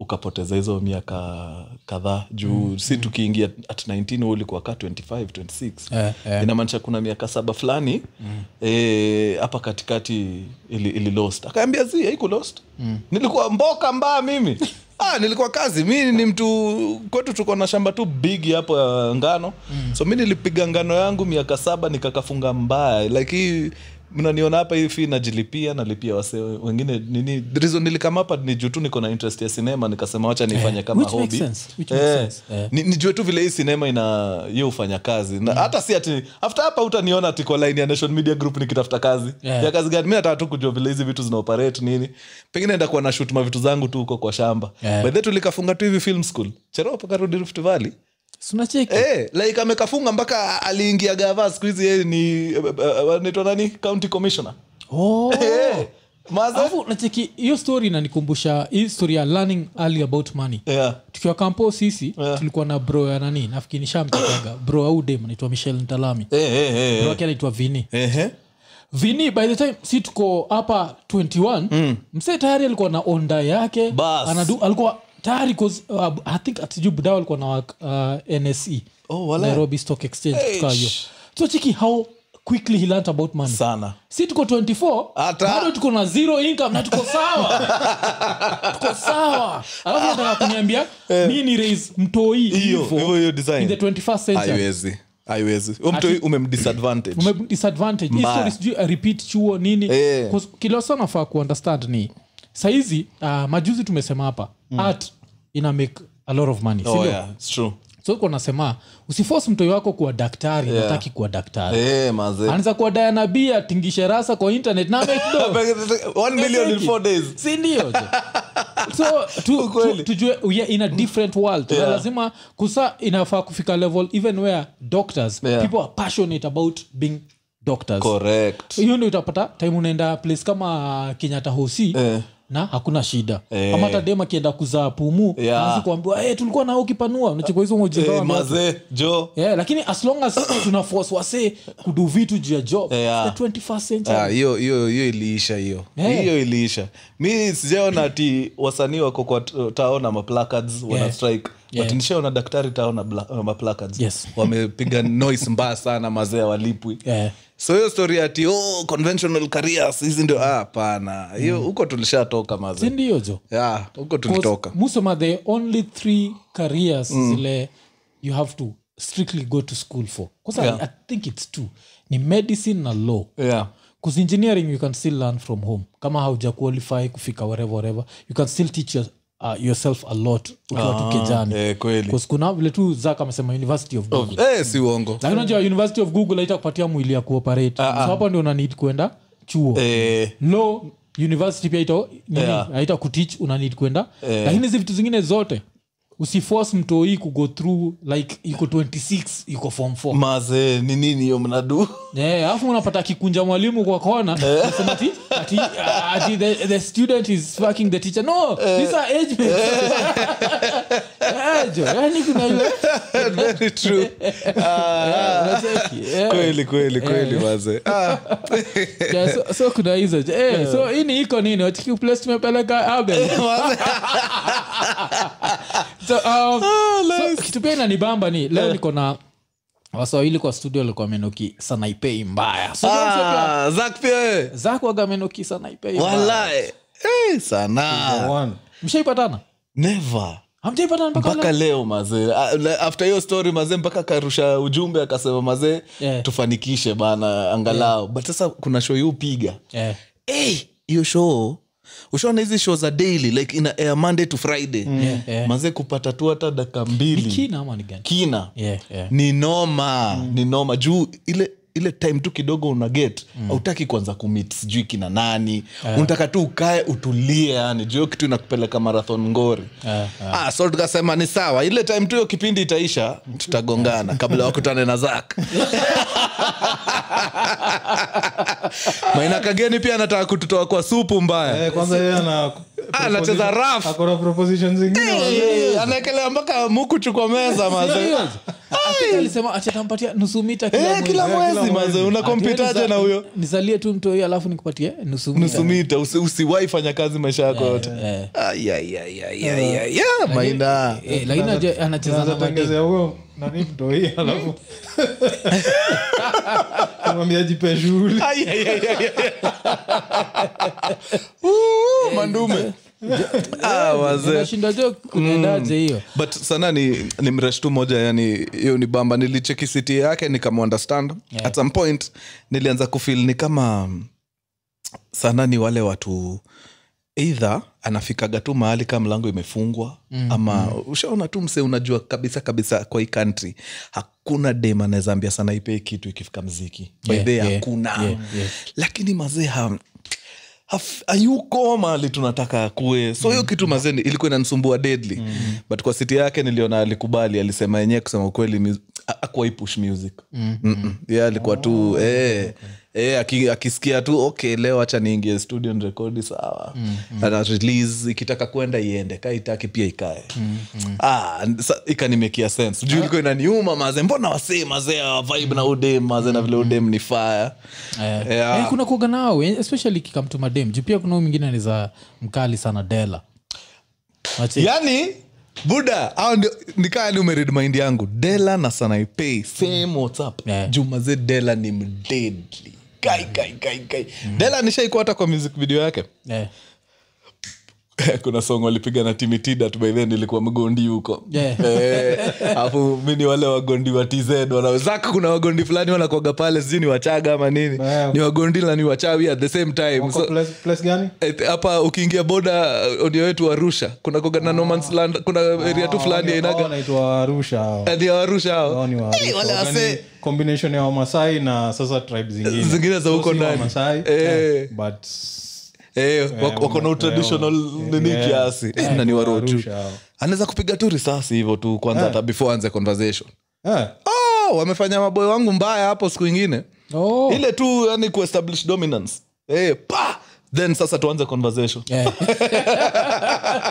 Speaker 3: ukapoteza hizo miaka kadhaa juu si tukiingia at 19 wewe ulikuwa ka 25 26
Speaker 1: Eh, eh.
Speaker 3: inamaanisha kuna miaka saba fulani
Speaker 1: Mm.
Speaker 3: eh, hapa katikati ili, ili lost akaambia zi haiku lost
Speaker 1: Mm.
Speaker 3: nilikuwa mboka mbaa mimi ah, nilikuwa kazi mi ni mtu kwetu tuko na shamba tu bigi hapo ya ngano
Speaker 1: Mm.
Speaker 3: so mi nilipiga ngano yangu miaka saba nikakafunga mbaya like hii mnaniona hapa hii fee najilipia nalipia wase wengine nini The reason nilikam hapa ni juu tu niko na interest ya sinema nikasema wacha nifanye kama
Speaker 1: Eh, which makes
Speaker 3: hobby
Speaker 1: sense, which makes
Speaker 3: Eh,
Speaker 1: sense, eh.
Speaker 3: ni- nijue tu vile hii sinema ina hiyo ufanya kazi
Speaker 1: Mm.
Speaker 3: na hata si ati after hapa utaniona ati kwa line ya nation media group nikitafuta kazi
Speaker 1: Yeah.
Speaker 3: ya kazi gani mi nataka tu kujua vile hizi vitu zina operate nini pengine enda kuwa nashut mavitu zangu tu huko kwa shamba
Speaker 1: Yeah.
Speaker 3: by the tulikafunga tu hivi film school cheropo karudi rift valley
Speaker 1: sunacheki
Speaker 3: Eh, like amekafunga mpaka aliingia gava siku hizi yeye ni eh, eh, anaitwa nani county commissioner
Speaker 1: oh.
Speaker 3: Eh, maza-
Speaker 1: alafu nacheki hiyo story inanikumbusha hii story ya learning early about money
Speaker 3: Yeah.
Speaker 1: tukiwa kampo sisi
Speaker 3: Yeah.
Speaker 1: tulikuwa na bro ya nani nafikiri nishamtetaga bro audem anaitwa michel ntalami
Speaker 3: Eh, eh, eh,
Speaker 1: bro
Speaker 3: eh.
Speaker 1: yake anaitwa vini
Speaker 3: Ehe.
Speaker 1: vini by the time si tuko hapa 21 mm. msee tayari alikuwa na onda yake
Speaker 3: Bas.
Speaker 1: Anadu, alikuwa tayari 'cause, uh, i think atiju budao alikuwa na work, uh, nse
Speaker 3: Oh, wala.
Speaker 1: nairobi stock exchange
Speaker 3: Eish.
Speaker 1: tukaa hiyo so cheki how quickly he learnt about money
Speaker 3: sana
Speaker 1: si tuko 24
Speaker 3: Ata.
Speaker 1: bado tuko na zero income na tuko sawa tuko sawa alafu nataka kuniambia mi ni rais mtoi
Speaker 3: Eh. hiyo
Speaker 1: hivo
Speaker 3: hiyo hiyo
Speaker 1: in
Speaker 3: design
Speaker 1: the 21st century
Speaker 3: haiwezi haiwezi Huyo mtu
Speaker 1: Ati-
Speaker 3: umemdisadvantage
Speaker 1: Ume- disadvantage Hii
Speaker 3: Mbaya.
Speaker 1: story sijui uh, repeat chuo nini
Speaker 3: Eh.
Speaker 1: Cause kila saa nafaa kuunderstand ni saizi uh, majuzi tumesema hapa art ina make a lot of money
Speaker 3: Mm. oh,
Speaker 1: sindio?
Speaker 3: yeah, it's true.
Speaker 1: so kwa nasema usiforce mtoi wako kuwa daktari
Speaker 3: Yeah.
Speaker 1: nataki kuwa daktari
Speaker 3: Eh, mazee.
Speaker 1: anaweza kuwa dayanabi atingishe rasa kwa internet na make dough.
Speaker 3: One million in four days.
Speaker 1: sindio so tu, tu,
Speaker 3: Ukweli.
Speaker 1: tujue we are in a different world yeah. lazima kusa inafaa kufika level even where doctors
Speaker 3: Yeah.
Speaker 1: people are passionate about being doctors
Speaker 3: Correct.
Speaker 1: hiyo ndio utapata time unaenda place kama kenyatta hosi
Speaker 3: Eh.
Speaker 1: na hakuna shida
Speaker 3: Eh.
Speaker 1: ama hata dem akienda kuzaa pumu
Speaker 3: Yeah.
Speaker 1: yeah. kuambiwa hey, tulikuwa nao ukipanua unachukua hizo
Speaker 3: Eh,
Speaker 1: mojinga wa miaka."
Speaker 3: mazee, jo
Speaker 1: yeah, lakini as long as tuna force wasee kudu vitu juu ya job
Speaker 3: Yeah.
Speaker 1: It's the 21st century
Speaker 3: Ah, hiyo hiyo hiyo iliisha hiyo
Speaker 1: Eh.
Speaker 3: hiyo iliisha mi sijaona ati wasanii wako kwa t- tao na maplacards wana
Speaker 1: Yeah.
Speaker 3: strike
Speaker 1: Yeah.
Speaker 3: but nishaona daktari tao na bla- uh, maplacards
Speaker 1: Yes.
Speaker 3: wamepiga noise mbaya sana mazee walipwi
Speaker 1: Yeah.
Speaker 3: so hiyo story ati oh, conventional careers hizi ndio ah, hapana hiyo huko tulishatoka mazee
Speaker 1: Mm. sindio jo
Speaker 3: yeah, huko tulitoka
Speaker 1: Because musoma the only three careers
Speaker 3: Mm.
Speaker 1: zile you have to strictly go to school for bcause I,
Speaker 3: Yeah. Eh.
Speaker 1: i think it's two ni medicine na law
Speaker 3: yeah.
Speaker 1: bcause engineering you can still learn from home kama hauja qualify kufika wherever wherever you can still teach your, uh, yourself a lot ukiwa tu kijana.
Speaker 3: eh, kweli.
Speaker 1: 'Cause kuna vile tu zak amesema university of google
Speaker 3: Eh, si uongo
Speaker 1: lakini unajua university of google haitakupatia mwili ya kuoperate so hapo ndio una need kwenda chuo
Speaker 3: Ah, eh,
Speaker 1: lo university pia ita nini
Speaker 3: Yeah.
Speaker 1: haita kutich una need kwenda lakini hizi vitu zingine zote usiforce mtoi kugo through like iko 26 iko form 4
Speaker 3: mazee ni nini hiyo mnadu
Speaker 1: Eh, alafu unapata akikunja mwalimu kwa kona unasema ati- ati- ati the, the student is fucking the teacher no these are age mates. Eh, jo, yaani kuna ile-
Speaker 3: very true
Speaker 1: unacheki, eh.
Speaker 3: kweli kweli kweli mazee ah,
Speaker 1: Yeah, so- so kuna hizo eh, so hii ni iko nini Wachiki place tumepeleka Abel.
Speaker 3: Ah, Eh.
Speaker 1: so, um, so, kitu pia inanibamba ni leo niko na waswahili kwa studio alikuwa amenuki sanaipei mbaya so
Speaker 3: Ah, Zack pia wewe.
Speaker 1: zakwaga amenuki sanaipei mbaya.
Speaker 3: Walai. Eh, sana
Speaker 2: One.
Speaker 1: mshaipatana
Speaker 3: Never.
Speaker 1: hamjaipatana mpaka
Speaker 3: mpaka
Speaker 1: leo?
Speaker 3: leo mazee Ah, le- after hiyo story mazee mpaka akarusha ujumbe akasema mazee
Speaker 1: Yeah.
Speaker 3: tufanikishe bana angalau but sasa kuna show yu piga
Speaker 1: Eh.
Speaker 3: hey, hiyo show ushaona hizi show za daily like ina air monday to friday
Speaker 1: Yeah.
Speaker 3: mazee kupata tu hata dakika mbili
Speaker 1: kina ama ni gani
Speaker 3: kina
Speaker 1: Yeah, yeah.
Speaker 3: ni noma ni noma juu ile ile time tu kidogo una get hautaki kwanza kumit sijui kina nani unataka tu ukae utulie yani juu hiyo kitu inakupeleka marathon ngori Ah, so tukasema ni sawa ile time tu hiyo kipindi itaisha tutagongana kabla wakutane na zak maina kageni pia anataka kututoa kwa supu mbaya
Speaker 2: Eh, kwanza yeye ana
Speaker 3: Ah, anacheza rough. Eh.
Speaker 2: ako na proposition zingine
Speaker 3: Hey, anaekelea mpaka mukuchu kwa meza mazee
Speaker 1: Serious? I think alisema ati atampatia nusu mita kila
Speaker 3: Eh,
Speaker 1: mwezi.
Speaker 3: kila mwezi mazee una
Speaker 1: Ati
Speaker 3: kompyutaje
Speaker 1: niza-
Speaker 3: na huyo
Speaker 1: nizalie tu mtoi alafu nikupatie nusu mita.
Speaker 3: nusu mita usi, usiwai fanya kazi maisha yako yote
Speaker 1: eh.
Speaker 3: Ay, ay, ay, ay, ay, ay, ah, maina
Speaker 1: Eh, lakini aje- anacheza na madem.
Speaker 2: tengezea huyo nani mtoi alafu kumwambia jipe shughuli
Speaker 3: Ay, ay, ay, ay, ay. Uu, mandume Ah, wazee
Speaker 1: Unashindwa je kunaendaje hiyo
Speaker 3: but sana ni, ni mresh tu moja yani hiyo ni bamba nilicheki city yake nikamwunderstand yeah. at some point nilianza kufil ni kama sana ni wale watu eidha anafikaga tu mahali kama mlango imefungwa mm, ama mm. ushaona tu mse unajua kabisa kabisa kwa hii kantri hakuna dem anaweza ambia sana ipee kitu ikifika mziki yeah,
Speaker 1: Yeah,
Speaker 3: by yeah,
Speaker 1: yeah,
Speaker 3: hakuna
Speaker 1: yeah, yeah.
Speaker 3: lakini mazee ha- haf- hayuko mali tunataka akue so
Speaker 1: Mm.
Speaker 3: hiyo kitu mazeni ilikuwa inanisumbua deadly mm. but kwa siti yake niliona alikubali alisema yenyewe kusema ukweli mu- a- hakuwahi push music
Speaker 1: Mm.
Speaker 3: mm-hmm. ye alikuwa tu oh, eh, eh, aki, akisikia tu okay leo hacha niingie studio nirekodi sawa
Speaker 1: Mm,
Speaker 3: mm-hmm. ana release ikitaka kwenda iende kaa itaki pia ikae
Speaker 1: Mm,
Speaker 3: mm-hmm. ah, sa- ikanimekia sense
Speaker 1: Ah.
Speaker 3: juu ilikuwa inaniuma maze mbona wasee mazee hawa vibe na udem maze na vile udem ni fire
Speaker 1: Eh.
Speaker 3: Yeah.
Speaker 1: Eh, kuna kuoga nao eh, especially kikamtu madem juu pia kuna huyu mwingine ni za mkali sana dela Wache-
Speaker 3: yani buda Yaani, au ndio nikaa ni umerid mind yangu dela na sanaipei same whatsapp
Speaker 1: Yeah.
Speaker 3: juu mazee dela ni mdedli kai kai kai kai dela nishaikuwa hata kwa music video yake
Speaker 1: Eh,
Speaker 3: kuna song walipiga na timitidat by then ilikuwa mgondi huko
Speaker 1: Yeah.
Speaker 3: Eh, alafu mi ni wale wagondi wa tz wanawezaka kuna wagondi fulani wanakuaga pale sijui ni wachaga ama nini
Speaker 2: Yeah.
Speaker 3: ni wagondi na ni wachawi at the same time
Speaker 2: Wako
Speaker 3: so,
Speaker 2: place- place gani
Speaker 3: Et- hapa ukiingia boda onio wetu arusha kuna kogana no man's land kuna area tu fulani
Speaker 2: Hao
Speaker 3: ainaga
Speaker 2: wanaitwa arusha hao.
Speaker 3: ni arusha
Speaker 2: Hao
Speaker 3: hao
Speaker 2: ni wa
Speaker 3: Hey,
Speaker 2: Arusha.
Speaker 3: Eh, wale
Speaker 2: Wagani-
Speaker 3: wase-
Speaker 2: combination ya wamasai na sasa tribe zingine
Speaker 3: Eh, Zingine za
Speaker 2: So
Speaker 3: huko
Speaker 2: si
Speaker 3: ndani.
Speaker 2: Wamasai,
Speaker 3: Eh.
Speaker 2: but
Speaker 3: Eh, wako- wako na utraditional nini
Speaker 2: yeah.
Speaker 3: kiasi Eh, na ni
Speaker 2: wa
Speaker 3: waro tu
Speaker 2: Arusha hao.
Speaker 3: anaweza kupiga tu risasi hivyo tu kwanza hata before anze conversation
Speaker 2: Eh,
Speaker 3: Ah, wamefanya maboyo wangu mbaya hapo siku ingine
Speaker 1: oh,
Speaker 3: ile tu yani kuestablish dominance Eh, pa then sasa tuanze conversation
Speaker 1: eh,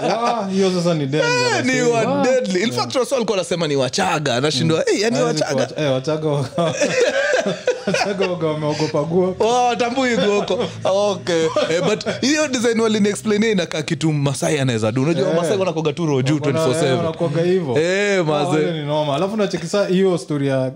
Speaker 2: ah, hiyo sasa Ah, ni danger.
Speaker 3: Eh, ni wa deadly in fact Rosso alikuwa anasema ni wachaga anashindwa "Eh, yani
Speaker 2: Hawezi
Speaker 3: wachaga
Speaker 2: kuwa- eh, wachaga waka- wachaga waka wameogopa guo
Speaker 3: watambui goko Oh, okay. eh, but hiyo design waliniexplainia inakaa kitu masai anaweza du unajua masai wanakoga tu roho juu 24/7.
Speaker 2: wanakuaga hivo
Speaker 3: Eh,
Speaker 2: wale
Speaker 3: mazee
Speaker 2: Ah, ni noma alafu nachekisa hiyo story ya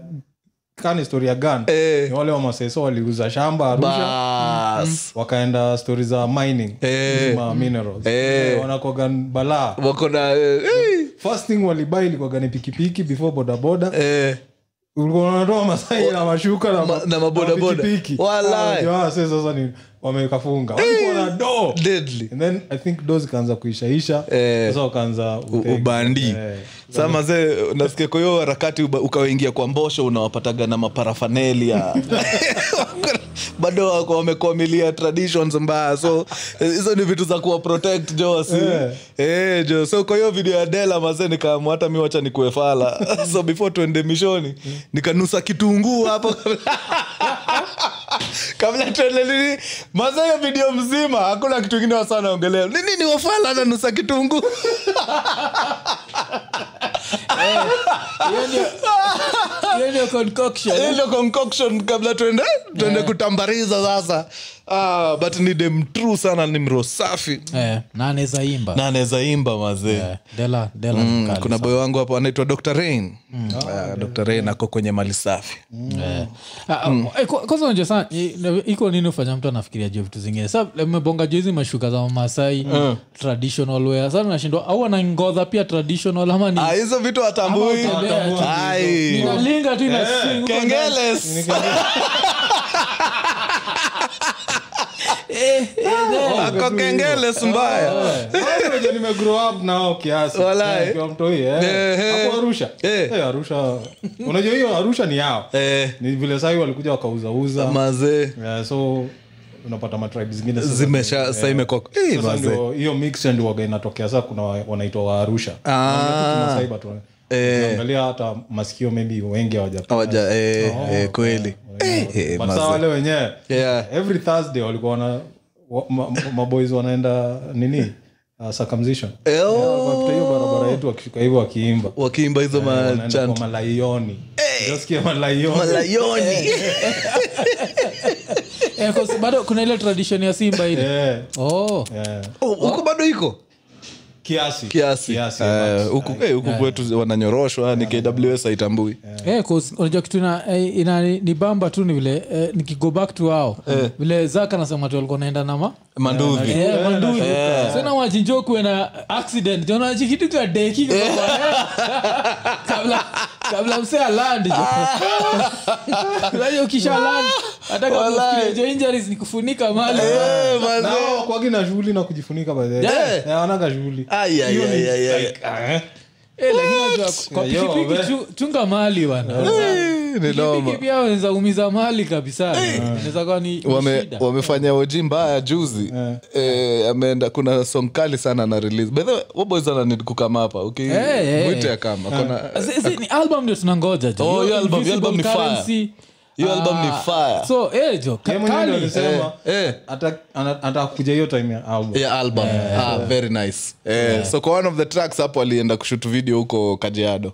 Speaker 2: kani story ya gan
Speaker 3: Eh.
Speaker 2: ni wale wa maseso waliuza shamba arusha
Speaker 3: Bas.
Speaker 2: wakaenda stori za mining
Speaker 3: Eh.
Speaker 2: hizi ma minerals
Speaker 3: Eh.
Speaker 2: Eh, wanakuwaga balaa
Speaker 3: wako na eh, eh,
Speaker 2: first thing walibai ilikuwaga ni pikipiki before bodaboda
Speaker 3: eh,
Speaker 2: ulikuwa unatoa masai na mashuka na,
Speaker 3: Ma- na mabodaboda.
Speaker 2: na pikipiki.
Speaker 3: Walai.
Speaker 2: Ah, ndio, ah, sasa- sasa ni wamekafunga walikuwa na doo
Speaker 3: deadly
Speaker 2: and then i think do zikaanza kuishaisha
Speaker 3: Eh.
Speaker 2: sasa wakaanza
Speaker 3: U-
Speaker 2: utegi.
Speaker 3: ubandi
Speaker 2: Eh.
Speaker 3: saa mazee nasikia kwa hiyo harakati uba- ukawaingia kwa mbosho unawapataga na maparafanelia bado wako wamekwamilia traditions mbaya so eh, hizo ni vitu za kuwa protect jo si
Speaker 2: Eh.
Speaker 3: eh, jo so kwa hiyo video ya dela mazee nikaamua hata mi wacha nikuwe fala so before tuende mishoni nikanusa kitunguu hapo kabla tuende nini mazee hiyo video mzima hakuna kitu ingine wasa naongelea nini ni wafala nanusa kitunguu
Speaker 1: hiyo ndio- hiyo ndio concoction
Speaker 3: Eh, Ile concoction kabla tuende tuende kutambariza sasa ah, but ni dem true sana ni mro safi
Speaker 1: eh, na anaweza imba
Speaker 3: na anaweza imba mazee
Speaker 1: Eh, dela dela ni
Speaker 3: Mm,
Speaker 1: mkali
Speaker 3: kuna boy wangu hapo anaitwa dr rain Ah, dr rain Mm. ako kwenye mali safi
Speaker 1: Eh. Ah,
Speaker 3: Mm.
Speaker 1: ah, eh, kwa- kwanza unajua sana i- na- iko nini ufanya mtu anafikiria juu vitu zingine sa eh, mmebonga juu hizi mashuka za mamasai
Speaker 3: Mm.
Speaker 1: traditional wear sa nashindwa au anangodha pia traditional ama ni
Speaker 3: Ah, hizo vitu hatambui
Speaker 1: Ama utembea tu.
Speaker 3: Ai.
Speaker 1: inalinga
Speaker 3: Eh,
Speaker 1: tu ina swing huko ndani.
Speaker 3: kengeles
Speaker 1: Eh,
Speaker 3: ako kengeles mbaya
Speaker 2: "Eh, Unajua nimegrow up nao kiasi
Speaker 3: Walai.
Speaker 2: Nikiwa mtoi, eh.
Speaker 3: Eh, eh.
Speaker 2: Hapo arusha
Speaker 3: Eh.
Speaker 2: Eh, arusha unajua hiyo arusha ni yao
Speaker 3: Eh.
Speaker 2: ni vile sahi walikuja wakauzauza
Speaker 3: mazee
Speaker 2: Eh, so unapata matribe zingine sasa
Speaker 3: zimesha saa imekuwa Eh,
Speaker 2: Sasa
Speaker 3: mazee.
Speaker 2: ndio hiyo mix and waga inatokea saa kuna wa- wanaitwa waarusha
Speaker 3: Ah. Eh.
Speaker 2: angalia hata masikio maybe wengi hawajapata.
Speaker 3: Hawaja- eh, eh, kweli Eh, eh,
Speaker 2: But
Speaker 3: mazee.
Speaker 2: saa wale wenyewe
Speaker 3: Yeah.
Speaker 2: every thursday walikuwa wana wa- ma- ma- maboys wanaenda nini Uh, circumcision
Speaker 3: Eh, oh.
Speaker 2: Yeah, wakipita hiyo barabara yetu wakishuka hivyo wakiimba
Speaker 3: wakiimba hizo
Speaker 2: wanaenda kwa
Speaker 3: machant
Speaker 2: malaioni Unasikia malaioni
Speaker 3: Eh. malayoni
Speaker 1: Eh, kwa sababu bado kuna ile tradition ya simba ile
Speaker 2: Eh,
Speaker 1: oh
Speaker 2: eh.
Speaker 3: Oh, huko bado iko
Speaker 2: kiasi
Speaker 3: kiasi
Speaker 2: Kiasi,
Speaker 3: Eh,
Speaker 2: but-
Speaker 3: huku eh, huku kwetu wananyoroshwa ni kws haitambui
Speaker 1: Eh, 'cause unajua kitu ina, eh, ina ni bamba tu ni vile eh, nikigo back to hao
Speaker 2: Eh.
Speaker 1: vile zaka nasema tu walikuwa naenda nama
Speaker 3: manduvi
Speaker 1: Eh, manduzi. Sasa wachinjio kuwe na accident Ndio unaona kitu cha deki kiko kwa hewa. kabla kabla msee alandi
Speaker 2: Ah.
Speaker 1: unajua ukisha land hata kabla
Speaker 3: Walai.
Speaker 1: ufikirie hizo injuries ni kufunika mali
Speaker 3: Eh, mazee.
Speaker 2: Na hao hawakuwagi na shughuli na kujifunika
Speaker 3: Yeah.
Speaker 2: baanaga Eh, shughuli
Speaker 3: Ai, ai,
Speaker 2: Hiyo ni
Speaker 3: ai, ai, ai.
Speaker 2: like, ah,
Speaker 1: Eh, lakini unajua kwa
Speaker 2: Yeah, yo,
Speaker 1: pikipiki
Speaker 2: we.
Speaker 1: chu- chunga mali bana
Speaker 3: Eh, ni noma
Speaker 1: pikipiki pia wanaweza umiza mali kabisa inaweza kuwa ni ni
Speaker 3: Eh. Wame-
Speaker 1: shida
Speaker 3: wamefanya oji mbaya juzi Eh, ameenda kuna song kali sana na release bedhe waboys ananid kukamapa
Speaker 1: Eh, eh.
Speaker 3: ukimwitia kama kona
Speaker 1: Si- si, ni album ndio tunangoja jo.
Speaker 3: Oh,
Speaker 1: Hiyo
Speaker 3: hiyo album- hiyo album ni
Speaker 1: Invisible
Speaker 3: fire.
Speaker 1: Currency.
Speaker 3: Hiyo album ni
Speaker 1: Ah,
Speaker 3: fire.
Speaker 1: so eh, jo, ka-
Speaker 2: yeye mwenyewe ndio
Speaker 1: kali.
Speaker 2: alisema
Speaker 3: eh.
Speaker 2: ata- ana- atakuja hiyo time ya album.
Speaker 3: ya album ah, very nice eh, so kwa one of the tracks hapo alienda kushoot video huko kajiado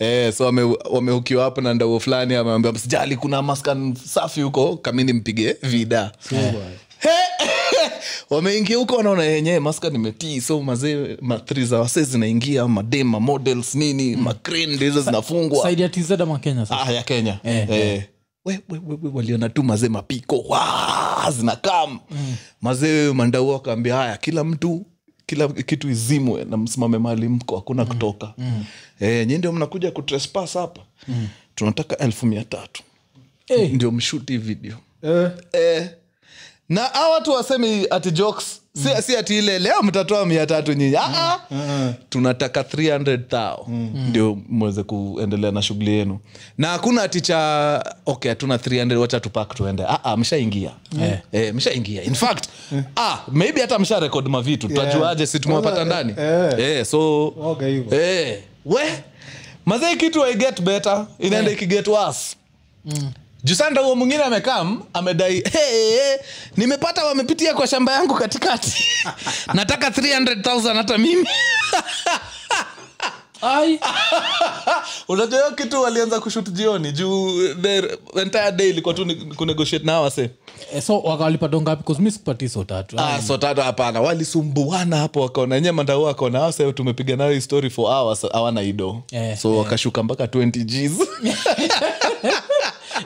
Speaker 3: eh. so wame- wamehukiwa hapo na ndauo fulani ameambia msijali kuna maskan safi huko kamini mpige vida Eh. wameingia huko wanaona "Eh, yenyewe maska nimetii so mazee mathri za wasee zinaingia madem mamodels nini makrend hizo zinafungwa
Speaker 1: Side ya TZ ama Kenya sasa.
Speaker 3: ah, ya kenya eh, We, we, we, we, waliona tu mazee mapiko wa zinakam mm. mazee mandau akaambia haya kila mtu kila kitu izimwe na msimame mahali mko hakuna kutoka mm. eh, nyi ndio mnakuja kutrespass hapa mm. tunataka elfu mia tatu
Speaker 1: Eh.
Speaker 3: ndio mshuti video
Speaker 2: Eh,
Speaker 3: eh, na hawa watu wasemi ati jokes si, si ati ile leo mtatoa mia tatu nyinyi Ah, ah.
Speaker 2: Uh-huh.
Speaker 3: tunataka 300 thao
Speaker 2: Mm.
Speaker 3: ndio mweze kuendelea na shughuli yenu na hakuna ati cha okay hatuna 300 wacha tupak tuende Ah, ah, mshaingia Eh, eh, mshaingia in fact ah, maybe hata msha rekod mavitu tutajuaje si tumewapata ndani
Speaker 2: eh.
Speaker 3: eh, so
Speaker 2: waga hivyo.
Speaker 3: Eh, we mazee kitu i get better inaenda ikiget was jusanda huo mwingine amekam amedai hey, hey, nimepata wamepitia kwa shamba yangu katikati nataka 300000 hata mimi Ah.
Speaker 1: Ai,
Speaker 3: unajua hiyo kitu walianza kushut jioni juu the entire day ilikuwa tu ni kunegotiate na wase
Speaker 1: eh, so wakawalipa dongo ngapi? 'Cause mi sikupati hizo tatu.
Speaker 3: ah, so tatu hapana walisumbuana hapo wakaona nye mandau akaona wase tumepiga nayo histori for hours hawana ido
Speaker 1: Eh,
Speaker 3: so wakashuka mpaka 20 gs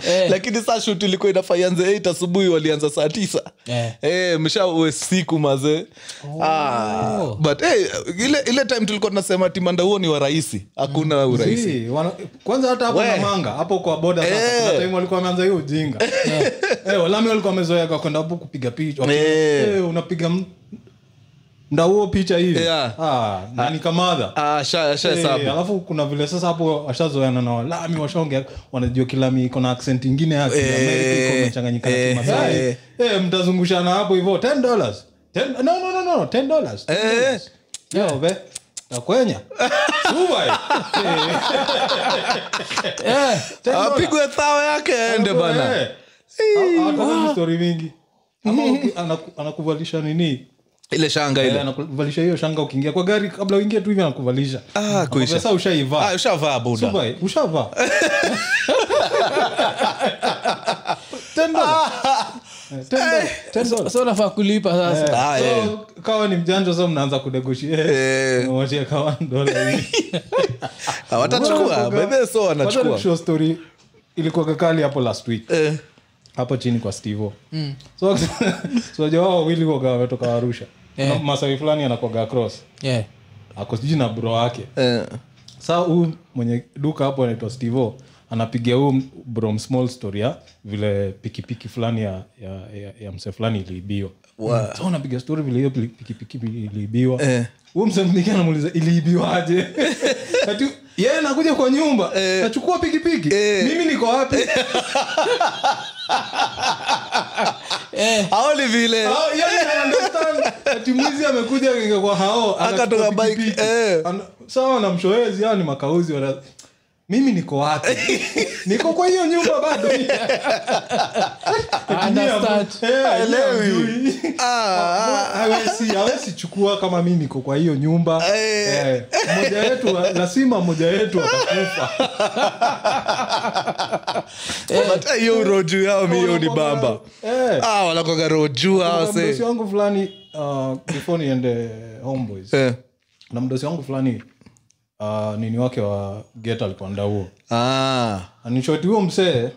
Speaker 1: Eh.
Speaker 3: lakini saa shut ilikuwa inafaa ianze 8 asubuhi walianza saa tisa
Speaker 1: Eh. Oh.
Speaker 3: Eh, msha uwe siku mazee ah, but eh, ile, ile time tulikuwa tunasema timanda huo ni wa rahisi hakuna
Speaker 1: Mm.
Speaker 3: urahisi
Speaker 2: Si, wana- kwanza hata hapo
Speaker 3: We.
Speaker 2: namanga hapo kwa boda sasa,
Speaker 3: Eh.
Speaker 2: kuna time walikuwa wameanza hiyo ujinga Eh, walami walikuwa wamezoeka kwenda hapo kupiga picha Wapi-
Speaker 3: Eh.
Speaker 2: Eh, unapiga m- ndauo picha hivi
Speaker 3: Yeah.
Speaker 2: Ah, na ni kamadha
Speaker 3: ah, sha, sha
Speaker 2: Eh,
Speaker 3: hesabu.
Speaker 2: alafu kuna vile sasa hapo washazoana na walami washaongea wanajua kilami iko na accent ingine yake ya Amerika iko imechanganyika na
Speaker 3: eh,
Speaker 2: Kimasai.
Speaker 3: eh.
Speaker 2: Eh, mtazungushana hapo hivyo 10 dollars no no no no 10 dollars
Speaker 3: Eh.
Speaker 2: yo be takwenya suba eh.
Speaker 3: Ah,
Speaker 1: Eh,
Speaker 3: apigwe thao Ah, yake aende bana
Speaker 2: Eh. Ha- hawataka story mingi Ama uki- anaku- anakuvalisha nini
Speaker 3: ile shanga ile
Speaker 2: Eh, anakuvalisha hiyo shanga ukiingia kwa gari kabla uingie tu hivi anakuvalisha
Speaker 3: Ah, kuisha.
Speaker 2: Sasa ushaivaa
Speaker 3: Ah, ushavaa buda
Speaker 2: Subai, ushavaa Ten dollars.
Speaker 1: So- so nafaa kulipa sasa
Speaker 3: Ah, eh.
Speaker 2: So, kawa ni mjanjo so mnaanza
Speaker 3: Eh.
Speaker 2: kunegotiawatia
Speaker 3: Ah, watachukua by the way, so wanachukua
Speaker 2: story ilikuwa kakali hapo last week
Speaker 3: Eh,
Speaker 2: hapo chini kwa stevo mm. so, so wajua wao wawili kuwaga wametoka arusha
Speaker 1: Eh.
Speaker 2: Na masawi fulani anakwaga cross
Speaker 1: yeah.
Speaker 2: ako sijui na bro wake
Speaker 3: eh.
Speaker 2: saa huu mwenye duka hapo anaitwa stevo anapiga huu brom small story ya vile pikipiki fulani ya, ya, ya, ya mse fulani iliibiwa
Speaker 3: Wow.
Speaker 2: so anapiga story vile hiyo pili- pikipiki iliibiwa
Speaker 3: Eh.
Speaker 2: huu mse mniki anamuuliza iliibiwaje Ati, yeye nakuja kwa nyumba nachukua pikipiki mimi niko wapi
Speaker 3: haoni vile
Speaker 2: Hao, yaani I understand. Ati mwizi amekuja kinga kwa hao
Speaker 3: Akatoka
Speaker 2: anachukua
Speaker 3: bike,
Speaker 2: pikipiki.
Speaker 3: eh.
Speaker 2: Ana- sawa na mshoezi hao ni makauzi wana mimi niko wapi niko kwa hiyo nyumba bado
Speaker 1: I understand.
Speaker 3: Haelewi. Ah, ah.
Speaker 2: Eh, hawezi hawezi chukua kama mi niko kwa hiyo nyumba
Speaker 3: Eh. Ah,
Speaker 2: Eh, mmoja wetu wa- lazima mmoja wetu atakufa
Speaker 3: But eh, hiyo roju yao mi hiyo ni bamba
Speaker 2: Eh.
Speaker 3: Ah, wanakwanga roju hao
Speaker 2: Kuna mdosi
Speaker 3: se
Speaker 2: wangu fulani uh, before niende homeboys
Speaker 3: Eh.
Speaker 2: na mdosi wangu fulani uh, nini wake wa get alikuwa ndauo
Speaker 3: Ah.
Speaker 2: anishoti huo msee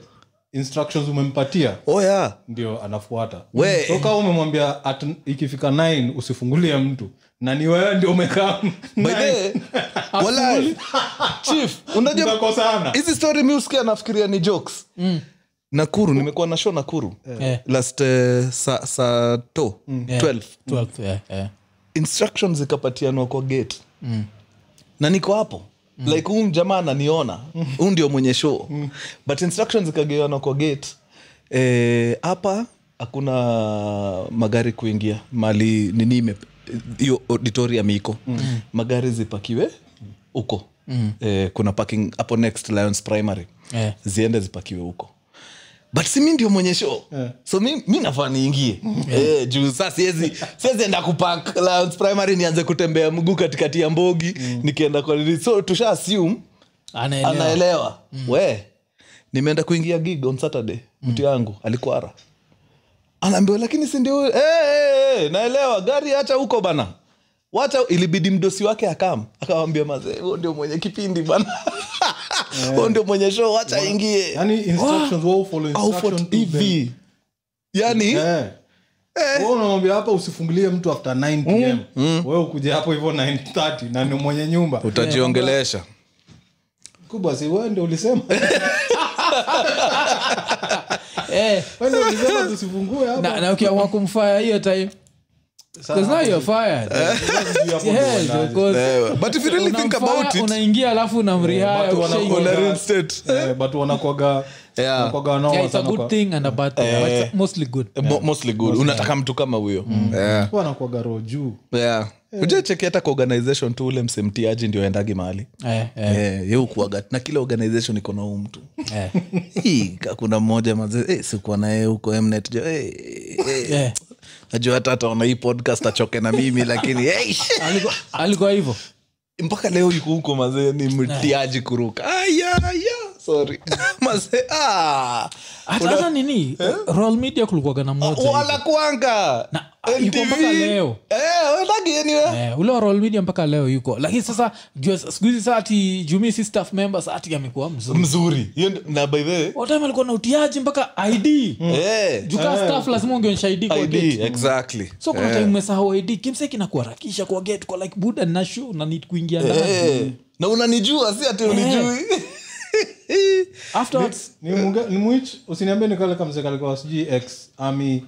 Speaker 2: instructions umempatia
Speaker 3: oh yeah
Speaker 2: ndio anafuata
Speaker 3: We.
Speaker 2: toka umemwambia at- ikifika 9 usifungulie mtu na ni wewe ndio umekaa
Speaker 3: By the way, walai. Chief, unajua
Speaker 2: nakosana
Speaker 3: hizi story mi usikia nafikiria ni jokes
Speaker 2: Mm.
Speaker 3: nakuru nimekuwa na show nakuru
Speaker 1: Eh.
Speaker 3: last eh, sa, sa to
Speaker 2: Mm.
Speaker 3: 12
Speaker 1: 12th, yeah, yeah.
Speaker 3: instructions ikapatianwa kwa gate na niko hapo like huu jamaa ananiona huu ndio mwenye show but instructions ikagaiwanwa kwa gate Eh, hapa hakuna magari kuingia mali nini ime hiyo auditorium iko magari zipakiwe huko Eh, kuna parking hapo next lions primary
Speaker 1: Eh.
Speaker 3: ziende zipakiwe huko but si mi ndio mwenye show so mi, mi nafaa niingie eh, juu saa siezi siezi enda kupak Lions primary nianze kutembea mguu katikati ya mbogi nikienda kwa nini so tusha assume
Speaker 1: Anaelewa.
Speaker 3: anaelewa we nimeenda kuingia gig on saturday mtu yangu alikwara anaambiwa lakini sindio hey, hey, hey, eh, naelewa gari acha huko bana wacha ilibidi mdosi wake akam akawambia mazee huo ndio mwenye kipindi bana huo ndio mwenye show wacha ingie
Speaker 2: yani Yaani, instructions wao follow
Speaker 3: Ah, au
Speaker 2: instruction to them.
Speaker 3: hivi yani
Speaker 2: Eh. Wewe unamwambia hapa usifungulie mtu after 9 pm
Speaker 3: Hmm,
Speaker 2: wewe ukuja hapo hivyo 9:30 na ni mwenye nyumba
Speaker 3: utajiongelesha
Speaker 2: kubwa si wewe ndio ulisema
Speaker 1: Eh,
Speaker 2: wewe ndio ulisema tusifungue hapa
Speaker 1: na- na ukiamua kumfaya hiyo time 'cause now you're fired.
Speaker 3: Eh.
Speaker 1: Eh, Yes, of course.
Speaker 3: but if you really think
Speaker 1: Unamfaya,
Speaker 3: about it
Speaker 1: unaingia alafu unamrihaya
Speaker 2: watu wana-
Speaker 1: ushaingia.
Speaker 3: una
Speaker 2: wana-
Speaker 3: reinstate
Speaker 2: Eh, but wanakwaga
Speaker 3: Yeah.
Speaker 2: wanakwaga
Speaker 1: Yeah,
Speaker 2: wanaoma
Speaker 1: it's a
Speaker 2: sana
Speaker 1: good
Speaker 2: kwa
Speaker 1: thing and a bad thing, but
Speaker 3: Eh.
Speaker 1: it's mostly good.
Speaker 3: Mo- mostly good unataka mtu kama huyo Eh. yeah.
Speaker 2: wanakwaga roho juu
Speaker 3: yeah. ujacheki hata kwa organization tu ule msemtiaji ndio aendagi mahali
Speaker 1: Eh, eh,
Speaker 3: Eh, ye ukuaga na kila organization iko na huu mtu
Speaker 1: eh.
Speaker 3: Hii, ka- kuna mmoja mazee eh, sikuwa naye huko mnet jo eh, eh.
Speaker 1: Eh,
Speaker 3: najua hata ataona hii podcast achoke na mimi lakini eh,
Speaker 1: alikuwa- alikuwa hivo
Speaker 3: mpaka leo yuko huko mazee ni mtiaji kuruka ayaya sorry mazee ah.
Speaker 1: hata hata nini
Speaker 3: Eh?
Speaker 1: royal media kulikuwaga na
Speaker 3: Oh,
Speaker 1: moja hivi.
Speaker 3: wala kwanga
Speaker 1: Na, yuko mpaka leo. Eh, ule wa Royal media mpaka leo yuko lakini sasa jua- sikuhizi saa ati jumi si staff member saa ati amekuwa mzuri
Speaker 3: mzuri Hiyo ndio- na by the way,
Speaker 1: watim alikuwa na utiaji mpaka id
Speaker 3: eh, Eh.
Speaker 1: jukaa staff lazima ungeonyesha id kwa
Speaker 3: ID,
Speaker 1: gate.
Speaker 3: exactly.
Speaker 1: so kuna time umesahau id kimse kinakuharakisha kwa gate kwa like buda na show na need kuingia ndani
Speaker 3: Eh, na unanijua si ati unijui
Speaker 1: afterwards
Speaker 2: ni munga- ni mwich usiniambie nikale kamzeka alikuwa sijui ex ami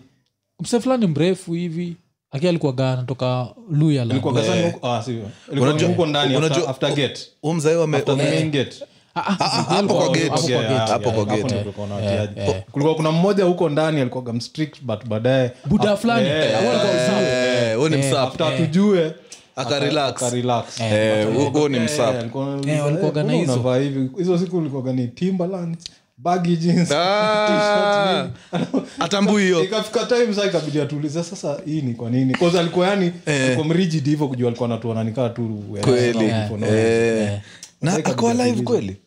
Speaker 1: mse fulani mrefu hivi aki alikuwa gana toka luya la
Speaker 2: alikuwa kasani huko ah sio alikuwa
Speaker 3: Unajua-
Speaker 2: huko ndani after-
Speaker 3: unajua- oh.
Speaker 2: after gate
Speaker 3: Huyu mzee wame-
Speaker 2: after the
Speaker 3: wame-
Speaker 2: main gate
Speaker 1: Ah, ah,
Speaker 3: hapo
Speaker 1: alikuwa-
Speaker 3: kwa gate.
Speaker 1: hapo kwa
Speaker 2: Yeah,
Speaker 1: gate.
Speaker 2: yeah,
Speaker 3: Hapo kwa
Speaker 2: yeah,
Speaker 3: gate.
Speaker 2: hapo ndio kulikuwa na watiaji. kulikuwa kuna mmoja huko ndani alikuwa mstrict but baadaye
Speaker 1: buda fulani
Speaker 2: Eh,
Speaker 1: Alikuwa sawa.
Speaker 3: Eh, huyu ni msafi.
Speaker 2: after eh? tujue
Speaker 3: Aka relax.
Speaker 2: akarelax
Speaker 3: Eh, huyu- huyu ni msafi.
Speaker 1: Eh, walikuwaga na hizo.
Speaker 2: hivi hizo siku ulikuwaga ni timberland baggy jeans
Speaker 3: Ah. atambui hiyo
Speaker 2: ikafika time saa ikabidi atuulize sasa hii ni kwa nini kwanza alikuwa yani alikuwa mrigid hivyo kujua alikuwa natuona nikaa tu
Speaker 3: Eh. Kweli.
Speaker 2: eh,
Speaker 3: Eh, na
Speaker 2: Sasa
Speaker 3: ako alive
Speaker 2: ikabidi
Speaker 3: kweli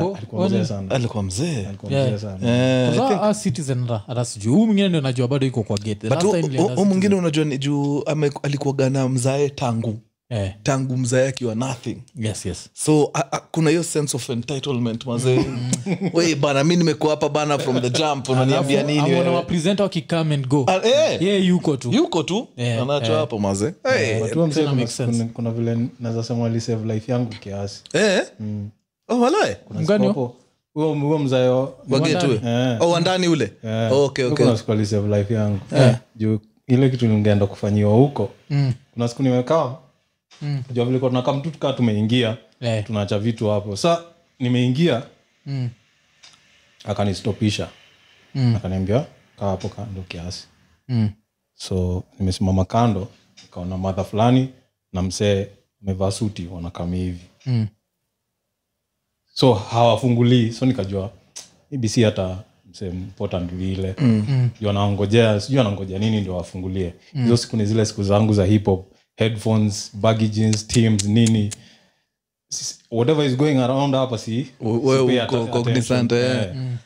Speaker 1: Oh,
Speaker 2: alikuwa mzee sana
Speaker 3: alikuwa mzee
Speaker 2: alikuwa mzee
Speaker 1: Yeah.
Speaker 2: sana
Speaker 3: Eh,
Speaker 1: Kwanza, ah, Citizen ra- hata sijui huu mwingine ndio najua bado iko kwa gate The
Speaker 3: but
Speaker 1: last
Speaker 3: hu-
Speaker 1: time
Speaker 3: hu-
Speaker 1: nilienda
Speaker 3: hu mwingine unajua ni juu ame- alikuwaga na mzae tangu
Speaker 1: Citizen. Eh,
Speaker 3: tangu mzae akiwa nothing
Speaker 1: yes, yes.
Speaker 3: so a, a, kuna hiyo sense of entitlement mazee
Speaker 2: Mm.
Speaker 3: we bana mi nimekuwa hapa bana from the jump unaniambia
Speaker 1: Alafu, ah,
Speaker 3: nini
Speaker 1: ama
Speaker 3: wewe?
Speaker 1: unawapresenta wakicome and go
Speaker 3: Ah, eh,
Speaker 1: ye yuko tu
Speaker 3: yuko tu
Speaker 1: Eh,
Speaker 3: anacho hapo mazee Eh,
Speaker 2: But huyo mzee
Speaker 1: tena
Speaker 2: kuna-
Speaker 1: makes sense.
Speaker 2: kuna- kuna vile nazasema alisave life yangu kiasi
Speaker 3: eh.
Speaker 2: Mm.
Speaker 3: Oh, walae
Speaker 1: Mgani huyo?
Speaker 2: Hapo, huyo huyo mzae
Speaker 3: wagetu
Speaker 2: Eh.
Speaker 3: Oh, wandani ule
Speaker 2: Eh,
Speaker 3: okay,
Speaker 2: huko
Speaker 3: okay.
Speaker 2: kuna siku alisave life yangu Eh, juu ile kitu ningeenda kufanyiwa huko
Speaker 1: Eh. Mm.
Speaker 2: kuna siku nimekaa
Speaker 1: Mm.
Speaker 2: jua vile tunaka mtu tukaa tumeingia
Speaker 1: Eh.
Speaker 2: tunaacha vitu hapo sa nimeingia
Speaker 1: Mm.
Speaker 2: akanistopisha
Speaker 1: Mm.
Speaker 2: akaniambia kaa hapo kando kiasi
Speaker 1: Mm.
Speaker 2: so nimesimama kando nikaona madha fulani na msee amevaa suti wanakami hivi
Speaker 1: Mm.
Speaker 2: so hawafungulii so nikajua ibc hata msee important vile mm. juu anaongojea sijui anangojea nini ndio wafungulie hizo siku ni zile siku zangu za hip hop headphones baggy jeans teams nini Sisi- whatever is going around hapa si
Speaker 3: We- wewe
Speaker 2: sipay
Speaker 3: uko
Speaker 2: atten-
Speaker 3: cognizant,
Speaker 2: attention.
Speaker 3: eh.
Speaker 2: Eh.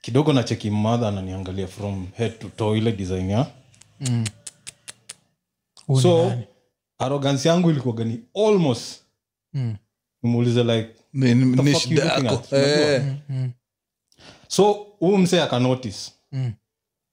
Speaker 2: kidogo na cheki mmadha ananiangalia from head to toe ile design ya
Speaker 1: Huu ni
Speaker 2: so
Speaker 1: nani?
Speaker 2: arrogance yangu ilikuwaga ni almost
Speaker 1: Mm.
Speaker 2: nimuulize like
Speaker 3: Ni- ni-
Speaker 2: the
Speaker 3: ni
Speaker 2: fuck you
Speaker 3: shida
Speaker 2: looking
Speaker 3: yako.
Speaker 2: at? Unajua?
Speaker 3: Eh,
Speaker 1: Mm, mm,
Speaker 2: so huu msee akanotice
Speaker 1: mm.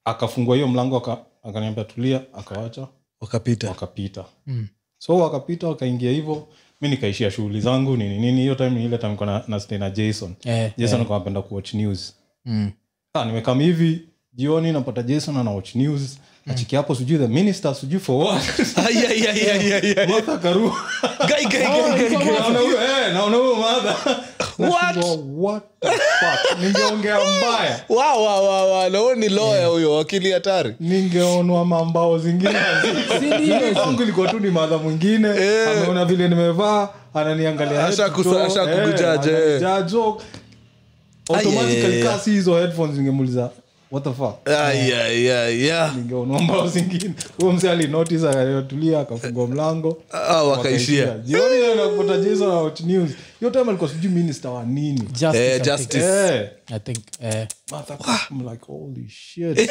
Speaker 2: akafungua hiyo mlango aka- akaniambia tulia akawacha
Speaker 3: wakapita
Speaker 2: wakapita
Speaker 1: Mm.
Speaker 2: so wakapita wakaingia hivyo mi nikaishia shughuli zangu nini nini hiyo time ni ile time niko na, na, stay na jason
Speaker 1: Eh,
Speaker 2: jason alikuwa anapenda kuwatch news
Speaker 1: mm.
Speaker 2: Ah, nimekam hivi jioni napata jason ana watch news achiki hapo sijui the minister sijui for what
Speaker 3: Ai, ai, ai, ai, ai, ai.
Speaker 2: Martha Karua.
Speaker 3: Gai, gai, gai,
Speaker 2: Oh,
Speaker 3: gai, gai.
Speaker 2: Naona huyo, eh, naona huyo mother.
Speaker 3: What?
Speaker 2: Nashindwa, what the fuck? ningeongea mbaya
Speaker 3: Wa, wa, wa, wa, leo ni loya huyo wakili hatari
Speaker 2: ningeonwa mambao zingine
Speaker 1: Serious?
Speaker 2: wangu ilikuwa tu ni madha mwingine ameona vile nimevaa ananiangalia
Speaker 3: Eh. Asha kusa- asha kukujudge, eh. Ai, eh,
Speaker 2: automatikasi hizo headphones ningemuuliza what the fuck
Speaker 3: Ai, ai, ai, ya.
Speaker 2: ningeonwa mbao zingine huyo mzee alinotis akatulia akafungua mlango
Speaker 3: Ah,
Speaker 2: wakaishia.
Speaker 3: wakaishia
Speaker 2: jioni ile nakupata jason na Hot news hiyo time alikuwa sijui minister wa nini
Speaker 1: Justice,
Speaker 3: Eh,
Speaker 1: I think.
Speaker 3: justice.
Speaker 2: Eh.
Speaker 1: I think, eh.
Speaker 2: Martha, I'm like, holy shit.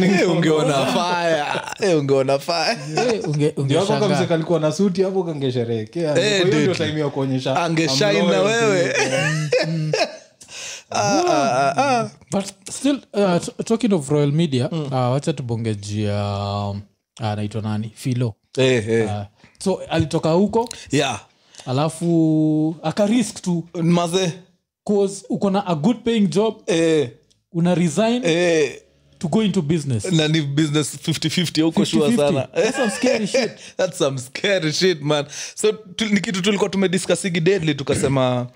Speaker 3: Eh, ungeona faya Eh, ungeona faya
Speaker 1: Eh, unge-
Speaker 2: Ndio hapo
Speaker 1: ungeshangaa.
Speaker 2: kamseka alikuwa na suti hapo kangesherekea Kwa hiyo
Speaker 3: Eh, dude.
Speaker 2: ndio time ya kuonyesha
Speaker 3: Angeshine
Speaker 2: I'm
Speaker 3: na
Speaker 2: loyal to
Speaker 3: wewe.
Speaker 2: you.
Speaker 3: Ah,
Speaker 1: but still uh, t- talking of royal media mm. uh, wacha tubongejia um, anaitwa nani filo
Speaker 3: Eh, eh.
Speaker 1: uh, so alitoka huko
Speaker 3: ya
Speaker 1: alafu akarisk tu
Speaker 3: maze
Speaker 1: cause uko na a good paying job
Speaker 3: eh,
Speaker 1: una resign
Speaker 3: eh,
Speaker 1: to go into business
Speaker 3: na ni business 50-50 huko shua
Speaker 1: 50-50.
Speaker 3: sana Eh,
Speaker 1: That's some scary shit.
Speaker 3: that's some scary shit man so tu, ni kitu tulikuwa tumediscussigi deadly tukasema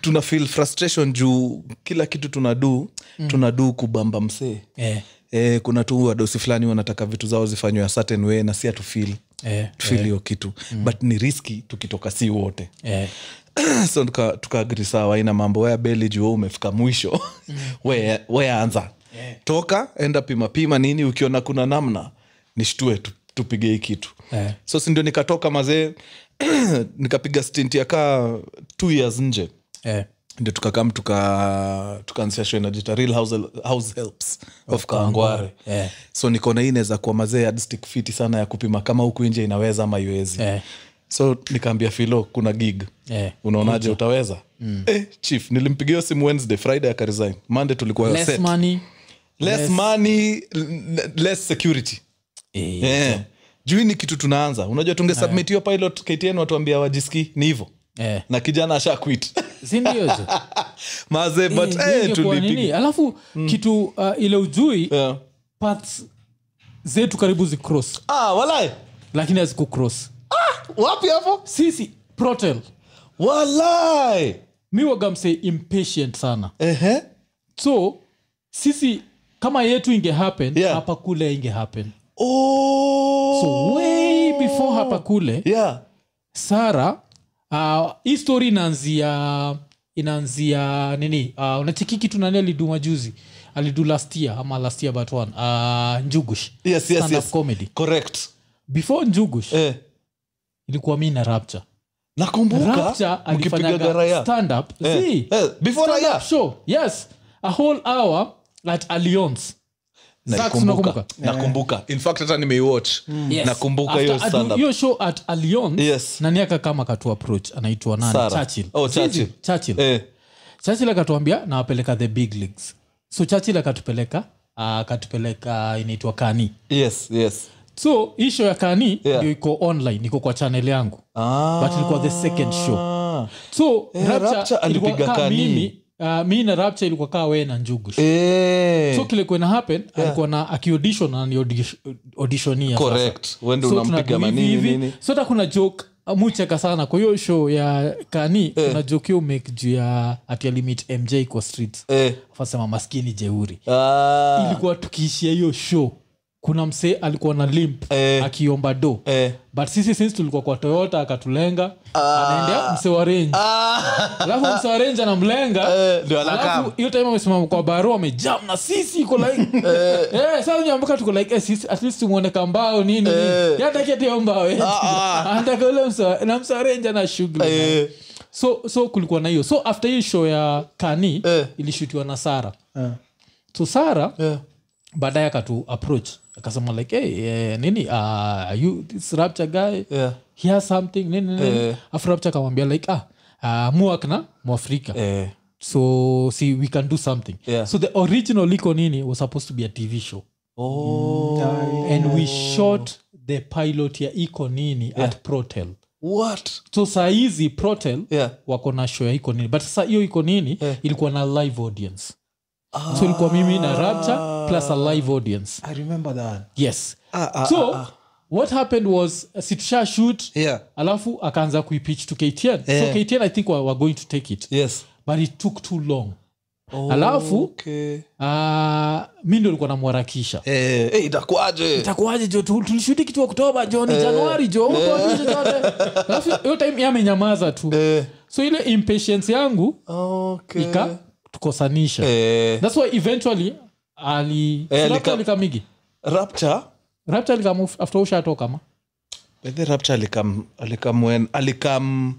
Speaker 3: tuna feel frustration juu kila kitu tunadu mm. tunadu kubamba msee
Speaker 1: Eh,
Speaker 3: Eh, kuna tu wadosi fulani wanataka vitu zao zifanywe a certain way na si atufil
Speaker 1: eh, Mm.
Speaker 3: tufil hiyo kitu but ni riski tukitoka si wote
Speaker 1: eh.
Speaker 3: so tuka, tuka agree sawa ina mambo wea beli juu wewe umefika mwisho Wewe- wewe anza toka enda pima pima nini ukiona kuna namna nishtue tu, tupige hii kitu
Speaker 1: Eh.
Speaker 3: so sindio nikatoka mazee nikapiga stint ya kaa two years nje
Speaker 1: Eh.
Speaker 3: ndio tukakam tuka tukaanzisha show inajita real house, house helps of kaangware
Speaker 1: Eh.
Speaker 3: so nikaona hii inaweza kuwa mazee yardstick fiti sana ya kupima kama huku nje inaweza ama iwezi
Speaker 1: Eh.
Speaker 3: so nikaambia filo kuna gig
Speaker 1: Eh.
Speaker 3: unaonaje utaweza eh, chief nilimpigia hiyo simu wednesday friday akaresign monday tulikuwa
Speaker 1: Less
Speaker 3: set.
Speaker 1: money
Speaker 3: less, money l- less security
Speaker 1: eh.
Speaker 3: yeah. juu hii ni kitu tunaanza unajua tunge submit hiyo pilot ktn watuambia wajiski ni hivo
Speaker 1: Eh.
Speaker 3: na kijana asha quit
Speaker 1: sindiozo
Speaker 3: maze but eh, Mm. tulipiga
Speaker 1: alafu kitu uh, ile ujui
Speaker 3: Yeah.
Speaker 1: paths zetu karibu zicross
Speaker 3: ah walai
Speaker 1: lakini hazikucross
Speaker 3: wapi hapo
Speaker 1: sisi protel
Speaker 3: walai
Speaker 1: mi wagamse impatient sana
Speaker 3: Ehe.
Speaker 1: so sisi kama yetu inge happen
Speaker 3: Yeah.
Speaker 1: hapa kule inge happen
Speaker 3: oh.
Speaker 1: so way before hapa kule
Speaker 3: yeah.
Speaker 1: sara uh, hii story inaanzia inaanzia nini uh, unacheki kitu nani alidu majuzi alidu last year ama last year but one uh, njugush
Speaker 3: yes, yes,
Speaker 1: Stand-up
Speaker 3: yes.
Speaker 1: comedy
Speaker 3: correct
Speaker 1: before njugush
Speaker 3: eh.
Speaker 1: ilikuwa mi na rapture Rapture
Speaker 3: nakumbuka mkipiga
Speaker 1: alifanyaga
Speaker 3: garaya
Speaker 1: stand-up.
Speaker 3: Eh,
Speaker 1: See?
Speaker 3: eh, before
Speaker 1: Stand-up
Speaker 3: raya
Speaker 1: show yes a whole hour at alliance Zax,
Speaker 3: nakumbuka
Speaker 1: unakumbuka?
Speaker 3: nakumbuka in fact hata nimeiwatch
Speaker 1: Yes.
Speaker 3: nakumbuka
Speaker 1: After
Speaker 3: hiyo
Speaker 1: adu-
Speaker 3: stand-up.
Speaker 1: hiyo show at alliance
Speaker 3: Yes.
Speaker 1: nani akakama katu approach anaitwa nani
Speaker 3: Sarah.
Speaker 1: churchill
Speaker 3: Oh,
Speaker 1: Zizi,
Speaker 3: Churchill.
Speaker 1: churchill
Speaker 3: Eh,
Speaker 1: churchill akatuambia nawapeleka the big leagues so churchill akatupeleka ah, akatupeleka inaitwa kani
Speaker 3: yes yes
Speaker 1: so hii show ya kani
Speaker 3: Yeah.
Speaker 1: ndio iko online iko kwa channel yangu
Speaker 3: Ah.
Speaker 1: But ilikuwa the second so
Speaker 3: Eh,
Speaker 1: Rapture
Speaker 3: Rapture alipiga
Speaker 1: ilikuwa kaa
Speaker 3: Kani.
Speaker 1: mimi uh, mi na rapture ilikuwa kaa wee na njugu
Speaker 3: Eh,
Speaker 1: so kile kuena happen alikuwa na akiaudition ananiauditionia
Speaker 3: correct wende unampiga manini nini
Speaker 1: so hata kuna joke ah, mucheka sana kwa hiyo show ya kani
Speaker 3: Eh.
Speaker 1: kuna joke yo make juu ya atialimit mj kwa street
Speaker 3: Eh,
Speaker 1: fasema maskini jeuri
Speaker 3: ah,
Speaker 1: ilikuwa tukiishia hiyo show kuna msee alikuwa na limp
Speaker 3: Eh.
Speaker 1: akiomba do
Speaker 3: eh.
Speaker 1: but sisi since tulikuwa kwa toyota akatulenga anaendea msee wa range
Speaker 3: Ah,
Speaker 1: alafu msee wa range anamlenga
Speaker 3: eh, ndio
Speaker 1: alafu
Speaker 3: anakam
Speaker 1: hiyo time amesimama kwa barua amejam na sisi iko like eh, sasa nyambuka tuko like eh, sisi at least tumuone kambao nini
Speaker 3: Eh.
Speaker 1: yatakiatiombawe
Speaker 3: Ah, ah.
Speaker 1: anataka ule msa- na msarenja na shughuli
Speaker 3: Eh.
Speaker 1: so so kulikuwa na hiyo so after hii show ya kani
Speaker 3: Eh.
Speaker 1: ilishutiwa na sara so sara
Speaker 3: Eh.
Speaker 1: baadaye akatu approach akasema like hey, eh, nini uh, are you this rapture guy
Speaker 3: Yeah.
Speaker 1: he has something nini nini
Speaker 3: Eh.
Speaker 1: afu rapture akamwambia like ah uh, muakna mwafrika
Speaker 3: Eh,
Speaker 1: so see we can do something
Speaker 3: Yeah.
Speaker 1: so the original iko nini was supposed to be a tv show
Speaker 3: oh,
Speaker 1: and we shot the pilot ya iko nini yeah. at protel
Speaker 3: what?
Speaker 1: so sahizi protel
Speaker 3: Yeah.
Speaker 1: wako na show ya iko nini but sasa hiyo iko nini
Speaker 3: Yeah.
Speaker 1: ilikuwa na live audience so ilikuwa mimi na
Speaker 3: Ah.
Speaker 1: rapture plus a live audience
Speaker 2: i remember that
Speaker 1: yes
Speaker 3: Ah, ah,
Speaker 1: so what happened was uh, situsha shoot
Speaker 3: Yeah.
Speaker 1: alafu akaanza kuipitch to ktn
Speaker 3: Yeah.
Speaker 1: so ktn i think wa- were going to take it
Speaker 3: Yes.
Speaker 1: but it took too long alafu
Speaker 3: Oh, Okay.
Speaker 1: uh, mi ndio likuwa namwarakisha
Speaker 3: Eh, eh, itakuwaje?
Speaker 1: takuaje jo tu- tulishudi kitu oktoba jo ni januari jo Hukuwaje chochote? alafu hiyo time yamenyamaza tu
Speaker 3: Eh,
Speaker 1: so ile impatience yangu
Speaker 3: okay.
Speaker 1: ika tukosanisha
Speaker 3: Eh,
Speaker 1: thats why eventually ali
Speaker 3: Eh,
Speaker 1: si Raptor
Speaker 3: alika-
Speaker 1: alikamigi
Speaker 3: Rapture
Speaker 1: rapta alikamove after ushatoka ma
Speaker 3: But the rapture alikam alikam when alikam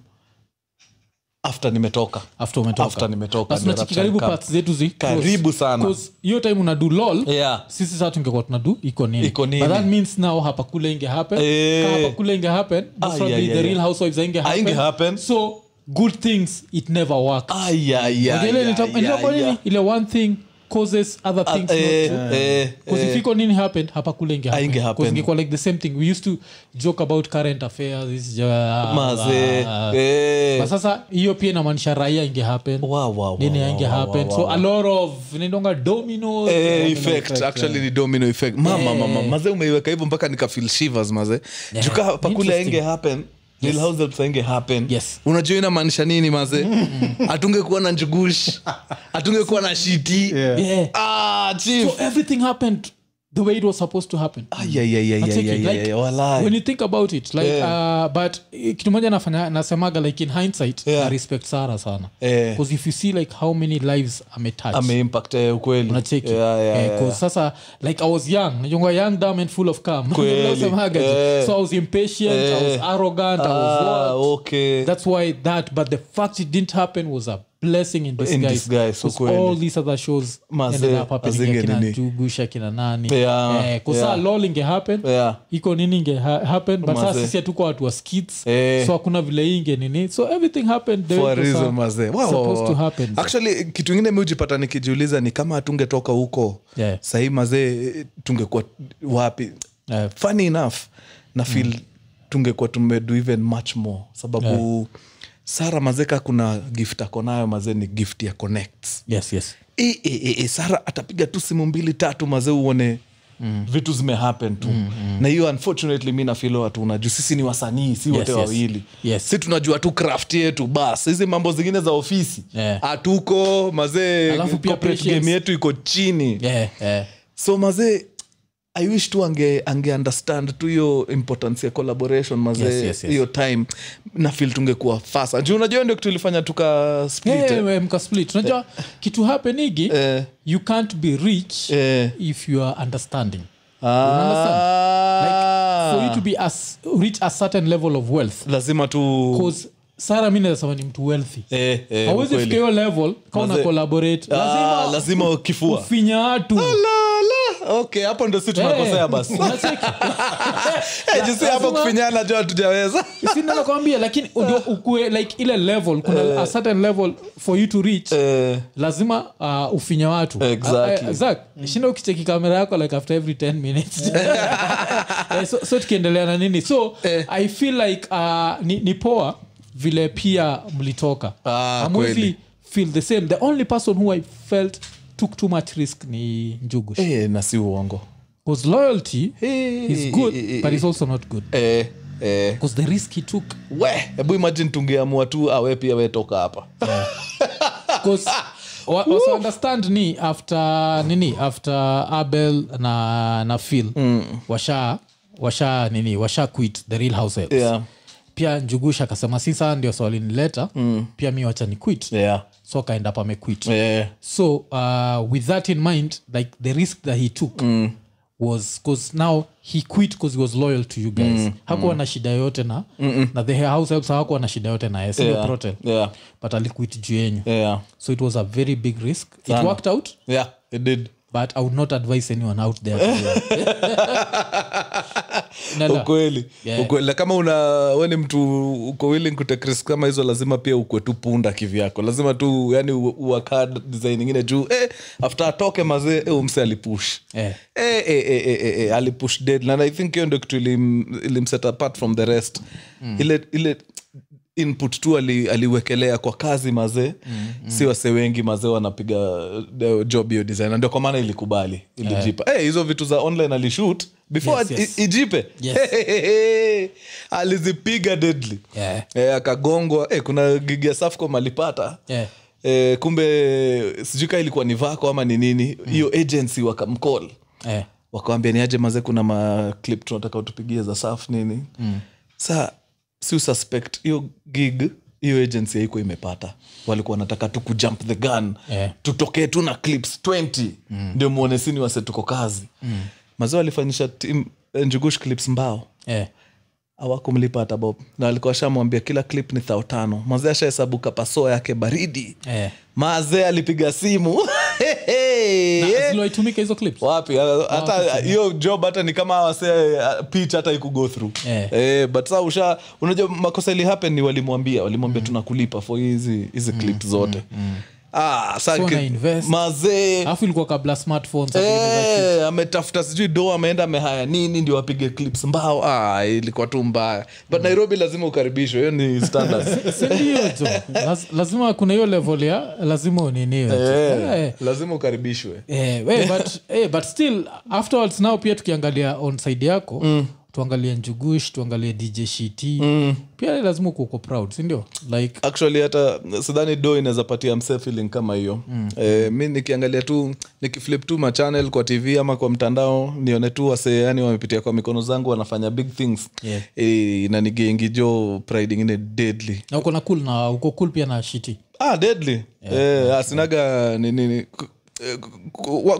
Speaker 3: after nimetoka
Speaker 1: after umetoka
Speaker 3: after nimetoka
Speaker 1: Na
Speaker 3: ndio
Speaker 1: tunachiki
Speaker 3: rapture
Speaker 1: karibu
Speaker 3: alikam.
Speaker 1: parts zetu zi
Speaker 3: Karibu sana.
Speaker 1: 'Cause hiyo time una do lol
Speaker 3: yeah
Speaker 1: sisi saa tungekuwa tunadu iko nini
Speaker 3: Iko nini.
Speaker 1: But that means now hapa kule inge happen
Speaker 3: Eh.
Speaker 1: Ka hapa kule inge happen most
Speaker 3: Ah,
Speaker 1: probably
Speaker 3: yeah,
Speaker 1: the
Speaker 3: yeah, yeah.
Speaker 1: real housewives inge happen.
Speaker 3: Ainge happen.
Speaker 1: so good things it never work
Speaker 3: Aya, ya,
Speaker 1: Unajua ile
Speaker 3: ya,
Speaker 1: nita-
Speaker 3: ya,
Speaker 1: nitakuwa
Speaker 3: ya.
Speaker 1: nini ile one thing causes other
Speaker 3: Ah,
Speaker 1: things not
Speaker 3: eh,
Speaker 1: to-
Speaker 3: eh,
Speaker 1: 'Cause if
Speaker 3: eh,
Speaker 1: iko nini happened hapa kule inge happen.
Speaker 3: Ainge
Speaker 1: 'Cause
Speaker 3: happen.
Speaker 1: ingekuwa like the same thing we used to joke about current affairs this, uh,
Speaker 3: maze,
Speaker 1: uh,
Speaker 3: eh.
Speaker 1: but sasa hiyo pia inamaanisha raia inge happen
Speaker 3: Wa, wa, wa,
Speaker 1: nini
Speaker 3: wa,
Speaker 1: ainge
Speaker 3: wa, wa,
Speaker 1: happen
Speaker 3: wa,
Speaker 1: so
Speaker 3: wa.
Speaker 1: a lot of nindonga dominoes
Speaker 3: Eh,
Speaker 1: Domino Eh.
Speaker 3: effect,
Speaker 2: effect,
Speaker 3: actually ni domino effect mama mama maze umeiweka hivyo mpaka nikafil shivers maze juka pakule
Speaker 1: Interesting.
Speaker 3: enge happen Lil House Helps ainge happen
Speaker 1: Yes. Mm.
Speaker 3: unajua inamaanisha nini maze atungekuwa na njugush atungekuwa na shiti
Speaker 2: Yeah.
Speaker 1: Yeah.
Speaker 3: ah chief
Speaker 1: so eh, everything happened the way it was supposed to happen
Speaker 3: yeah, yeah, yeah, yeah,
Speaker 1: Nacheki,
Speaker 3: yeah, yeah,
Speaker 1: like,
Speaker 3: yeah, walai.
Speaker 1: when you think about it like
Speaker 3: Yeah.
Speaker 1: uh, but eh, kitu moja nafanya nasemaga like in hindsight
Speaker 3: Yeah.
Speaker 1: na respect sara sana
Speaker 3: Eh.
Speaker 1: because if you see like how many lives ametouch
Speaker 3: ameimpact eh, ukweli
Speaker 1: unacheki
Speaker 3: Yeah, yeah,
Speaker 1: Eh,
Speaker 3: yeah,
Speaker 1: 'cause sasa like i was young najongwa young dumb and full of calm
Speaker 3: Kweli.
Speaker 1: Nasemaga je.
Speaker 3: Eh.
Speaker 1: so i was impatient i was
Speaker 3: Eh.
Speaker 1: arrogant i was
Speaker 3: Ah,
Speaker 1: what.
Speaker 3: okay.
Speaker 1: that's why that but the fact it didn't happen was a blessing in disguise,
Speaker 3: disguise, so
Speaker 1: 'Cause
Speaker 3: kweli.
Speaker 1: all these other shows
Speaker 3: Maze,
Speaker 1: ended up happening
Speaker 3: mazinge
Speaker 1: ya kina
Speaker 3: nini.
Speaker 1: jugusha kina nani
Speaker 3: Yeah,
Speaker 1: eh, 'cause
Speaker 3: yeah.
Speaker 1: saa lol inge happen
Speaker 3: Yeah.
Speaker 1: iko nini inge ha- happen but saa
Speaker 3: Maze.
Speaker 1: sisi hatuko watu wa skits
Speaker 3: Eh.
Speaker 1: so hakuna vile hii inge nini so everything happened the way
Speaker 3: For a
Speaker 1: it was
Speaker 3: reason,
Speaker 1: sup-
Speaker 3: mazee. Wow,
Speaker 1: supposed
Speaker 3: wow,
Speaker 1: to
Speaker 3: wow.
Speaker 1: happen
Speaker 3: Actually, kitu ingine mi hujipata nikijiuliza ni kama hatungetoka huko
Speaker 1: Yeah.
Speaker 3: sahii mazee tungekuwa wapi
Speaker 1: Yeah. Mm.
Speaker 3: funny enough na feel tungekuwa tumedu even much more sababu sara mazeka kuna gift ako nayo mazee ni gift ya connects
Speaker 1: yes yes
Speaker 3: e, e, e, e, sara atapiga tu simu mbili tatu mazee uone mm. vitu zimehappen tu mm, mm. na hiyo unfortunately mi nafilo hatuna juu sisi ni wasanii si wote
Speaker 1: yes.
Speaker 3: wawili
Speaker 1: Yes.
Speaker 3: si tunajua tu craft yetu bas hizi mambo zingine za ofisi
Speaker 1: Yeah.
Speaker 3: hatuko mazee
Speaker 1: Alafu pia
Speaker 3: corporate
Speaker 1: patience.
Speaker 3: game yetu iko chini
Speaker 1: yeah, yeah.
Speaker 3: so mazee i wish tu ange, ange understand tu hiyo importance ya collaboration mazee
Speaker 1: Yes, yes, yes.
Speaker 3: hiyo time na fil tungekuwa fasa juu unajua ndio kitu ilifanya tuka split eh.
Speaker 1: Yeah, mkasplit unajua kitu hapenigi you can't be rich
Speaker 3: Eh.
Speaker 1: if you are understanding
Speaker 3: Ah.
Speaker 1: for you to be as reach a certain level of wealth
Speaker 3: lazima tu
Speaker 1: because sara mi naezasema ni mtu wealthy
Speaker 3: Eh, eh,
Speaker 1: hawezi
Speaker 3: ukweli.
Speaker 1: fika hiyo level kama una
Speaker 3: Maze-
Speaker 1: collaborate
Speaker 3: Ah,
Speaker 1: lazima
Speaker 3: lazima kifua
Speaker 1: ufinya Eh. watu
Speaker 3: La, la. Eh. okay hapo ndo si tunakosea basi
Speaker 1: Unacheki?
Speaker 3: Eh, jinsi hapo
Speaker 1: lazima-
Speaker 3: kufinyana jo hatujaweza
Speaker 1: Si ndio nakwambia lakini ndio ukue like ile level kuna a certain level for you to reach
Speaker 3: Eh,
Speaker 1: lazima uh, ufinya watu
Speaker 3: Exactly. Mm.
Speaker 1: Ah, eh, Zach, shinda ukicheki kamera yako like after every 10 minutes Eh, so, so tukiendelea na nini so
Speaker 3: Eh.
Speaker 1: i feel like uh, ni, ni poa vile pia mlitoka
Speaker 3: Ah,
Speaker 1: Hamwezi
Speaker 3: kweli.
Speaker 1: feel the same the only person who i felt took too much risk ni njugu
Speaker 3: eh, na si uongo
Speaker 1: because loyalty
Speaker 3: Eh,
Speaker 1: is good
Speaker 3: eh, eh,
Speaker 1: but it's also not good
Speaker 3: eh, eh.
Speaker 1: because the risk he took
Speaker 3: we hebu imagine tungeamua tu awe pia we toka hapa
Speaker 1: because wa- wasa understand ni after nini after abel na na phil washa washa nini washa quit the real househelps
Speaker 3: Yeah.
Speaker 1: pia njugusha akasema si saa ndio swalinileta mm. pia mi wacha ni quit
Speaker 3: yeah.
Speaker 1: so akaenda pamequit
Speaker 3: eh,
Speaker 1: so uh, with that in mind like the risk that he took mm. was because now he quit because he was loyal to you guys mm. hakuwa na shida yote na Mm-mm. na the househelps hawakuwa na shida yote naye sindio
Speaker 3: Yeah.
Speaker 1: protel
Speaker 3: Yeah.
Speaker 1: but alikuit juu yenyu
Speaker 3: yeah.
Speaker 1: so it was a very big risk it
Speaker 3: Sana.
Speaker 1: worked out
Speaker 3: yeah. it did
Speaker 1: but i would not advise anyone out there to do that. Unaelewa?
Speaker 3: ukweli
Speaker 1: Yeah.
Speaker 3: ukweli Na kama una we ni mtu uko willing kutek risk kama hizo lazima pia ukwe tu punda kivyako lazima tu yani uwakaa design ingine juu eh, after atoke mazee eh, umse alipush
Speaker 1: Eh.
Speaker 3: eh, eh, eh, eh, eh, eh, alipush dead na i think hiyo ndio kitu ilim- ilimset apart from the rest
Speaker 1: Mm.
Speaker 3: ile, ile input tu ali, aliwekelea kwa kazi mazee mm, mm. si wase wengi mazee wanapiga eh, job hiyo design Na ndio kwa maana ilikubali ilijipa Eh, hizo vitu za online alishut before
Speaker 1: Yes, yes.
Speaker 3: i- ijipe
Speaker 1: Yes.
Speaker 3: alizipiga deadly
Speaker 1: Yeah.
Speaker 3: Eh, akagongwa Eh, kuna gig ya safcom alipata
Speaker 1: Yeah.
Speaker 3: Eh, kumbe sijui kaa ilikuwa ni vako ama ni nini hiyo
Speaker 1: Mm.
Speaker 3: agency wakamcall
Speaker 1: Eh,
Speaker 3: wakawambia ni aje mazee kuna maclip tunataka utupigie za saf nini mm. saa si ususpect hiyo gig hiyo agency haiko imepata walikuwa wanataka tu kujump the gun
Speaker 1: Eh.
Speaker 3: tutokee tu na clips 20 mm. ndio muone sini wase tuko kazi mm. mazee walifanyisha tim njugush clips mbao
Speaker 1: eh.
Speaker 3: awakumlipa hata bob na alikuwa shamwambia kila clip ni thao tano mazee ashahesabu kapasoa yake baridi
Speaker 1: Eh.
Speaker 3: mazee alipiga simu Eh
Speaker 1: ziliwaitumika hizo clips
Speaker 3: wapi Ha- hata hiyo job hata ni kama wase uh, pitch hata ikugo through
Speaker 1: Eh.
Speaker 3: eh, but saa usha unajua makosa ilihappen ni walimwambia
Speaker 1: Mm.
Speaker 3: walimwambia tunakulipa for hizi hizi clip zote ah, saa
Speaker 1: So
Speaker 3: ki-
Speaker 1: unainvest.
Speaker 3: mazee
Speaker 1: alafu ilikuwa kabla smartphones
Speaker 3: Eh, ametafuta sijui do ameenda amehaya nini ndio apige clips mbao ah, ilikuwa tu mbaya but
Speaker 1: Mm.
Speaker 3: nairobi lazima ukaribishwe hiyo ni standard
Speaker 1: sindio jo Laz- lazima kuna hiyo level ya lazima uniniwe
Speaker 3: eh, lazima ukaribishwe
Speaker 1: Eh, we, but, eh, but still afterwards now pia tukiangalia on side yako mm. tuangalie njugush tuangalie dj sht mm. pia lazima ukuko proud sindio like
Speaker 3: actually hata sidhani do inaweza patia mse feeling kama hiyo mm. e, mi nikiangalia tu nikiflip tu machannel kwa tv ama kwa mtandao nione tu wase yani wamepitia kwa mikono zangu wanafanya big things
Speaker 1: Yeah.
Speaker 3: e, inanigengi jo pride ingine deadly
Speaker 1: na uko na cool na uko cool pia na shiti
Speaker 3: ah deadly yeah. e, asinaga ninini eh,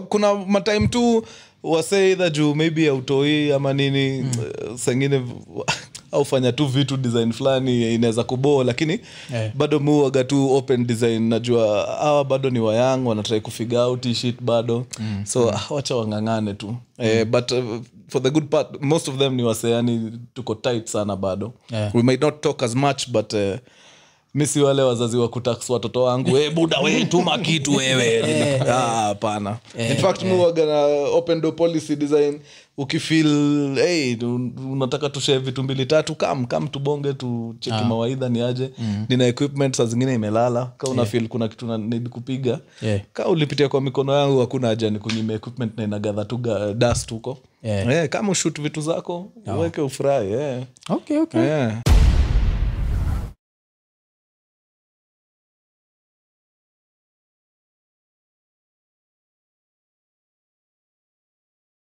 Speaker 3: kuna matime tu wase idha juu maybe autoi ama nini mm. sengine au fanya tu vitu design fulani inaweza kuboa lakini
Speaker 1: Eh.
Speaker 3: bado muaga tu open design najua hawa bado ni wayang wanatrai kufiga out hii shit bado mm. so ah, wacha wang'ang'ane tu mm. eh, but uh, for the good part most of them ni waseani tuko tight sana bado
Speaker 1: Yeah.
Speaker 3: we might not talk as much but uh, mi si wale wazazi wa kutax watoto wangu hey, buda we tuma kitu wewe Ah, hapana in fact mi huwaga na open door policy design ukifil hey, un- unataka tushee vitu mbili tatu kam kam tubonge tucheki mawaidha ni aje nina equipment saa zingine imelala ka una feel kuna kitu na- need kupiga
Speaker 1: Yeah.
Speaker 3: ka ulipitia kwa mikono yangu hakuna haja ni kunyima equipment na inagadha tu ga- dust huko
Speaker 1: Yeah.
Speaker 3: Eh, kama ushut vitu zako uweke ufurahi yeah.
Speaker 1: okay okay
Speaker 3: Yeah.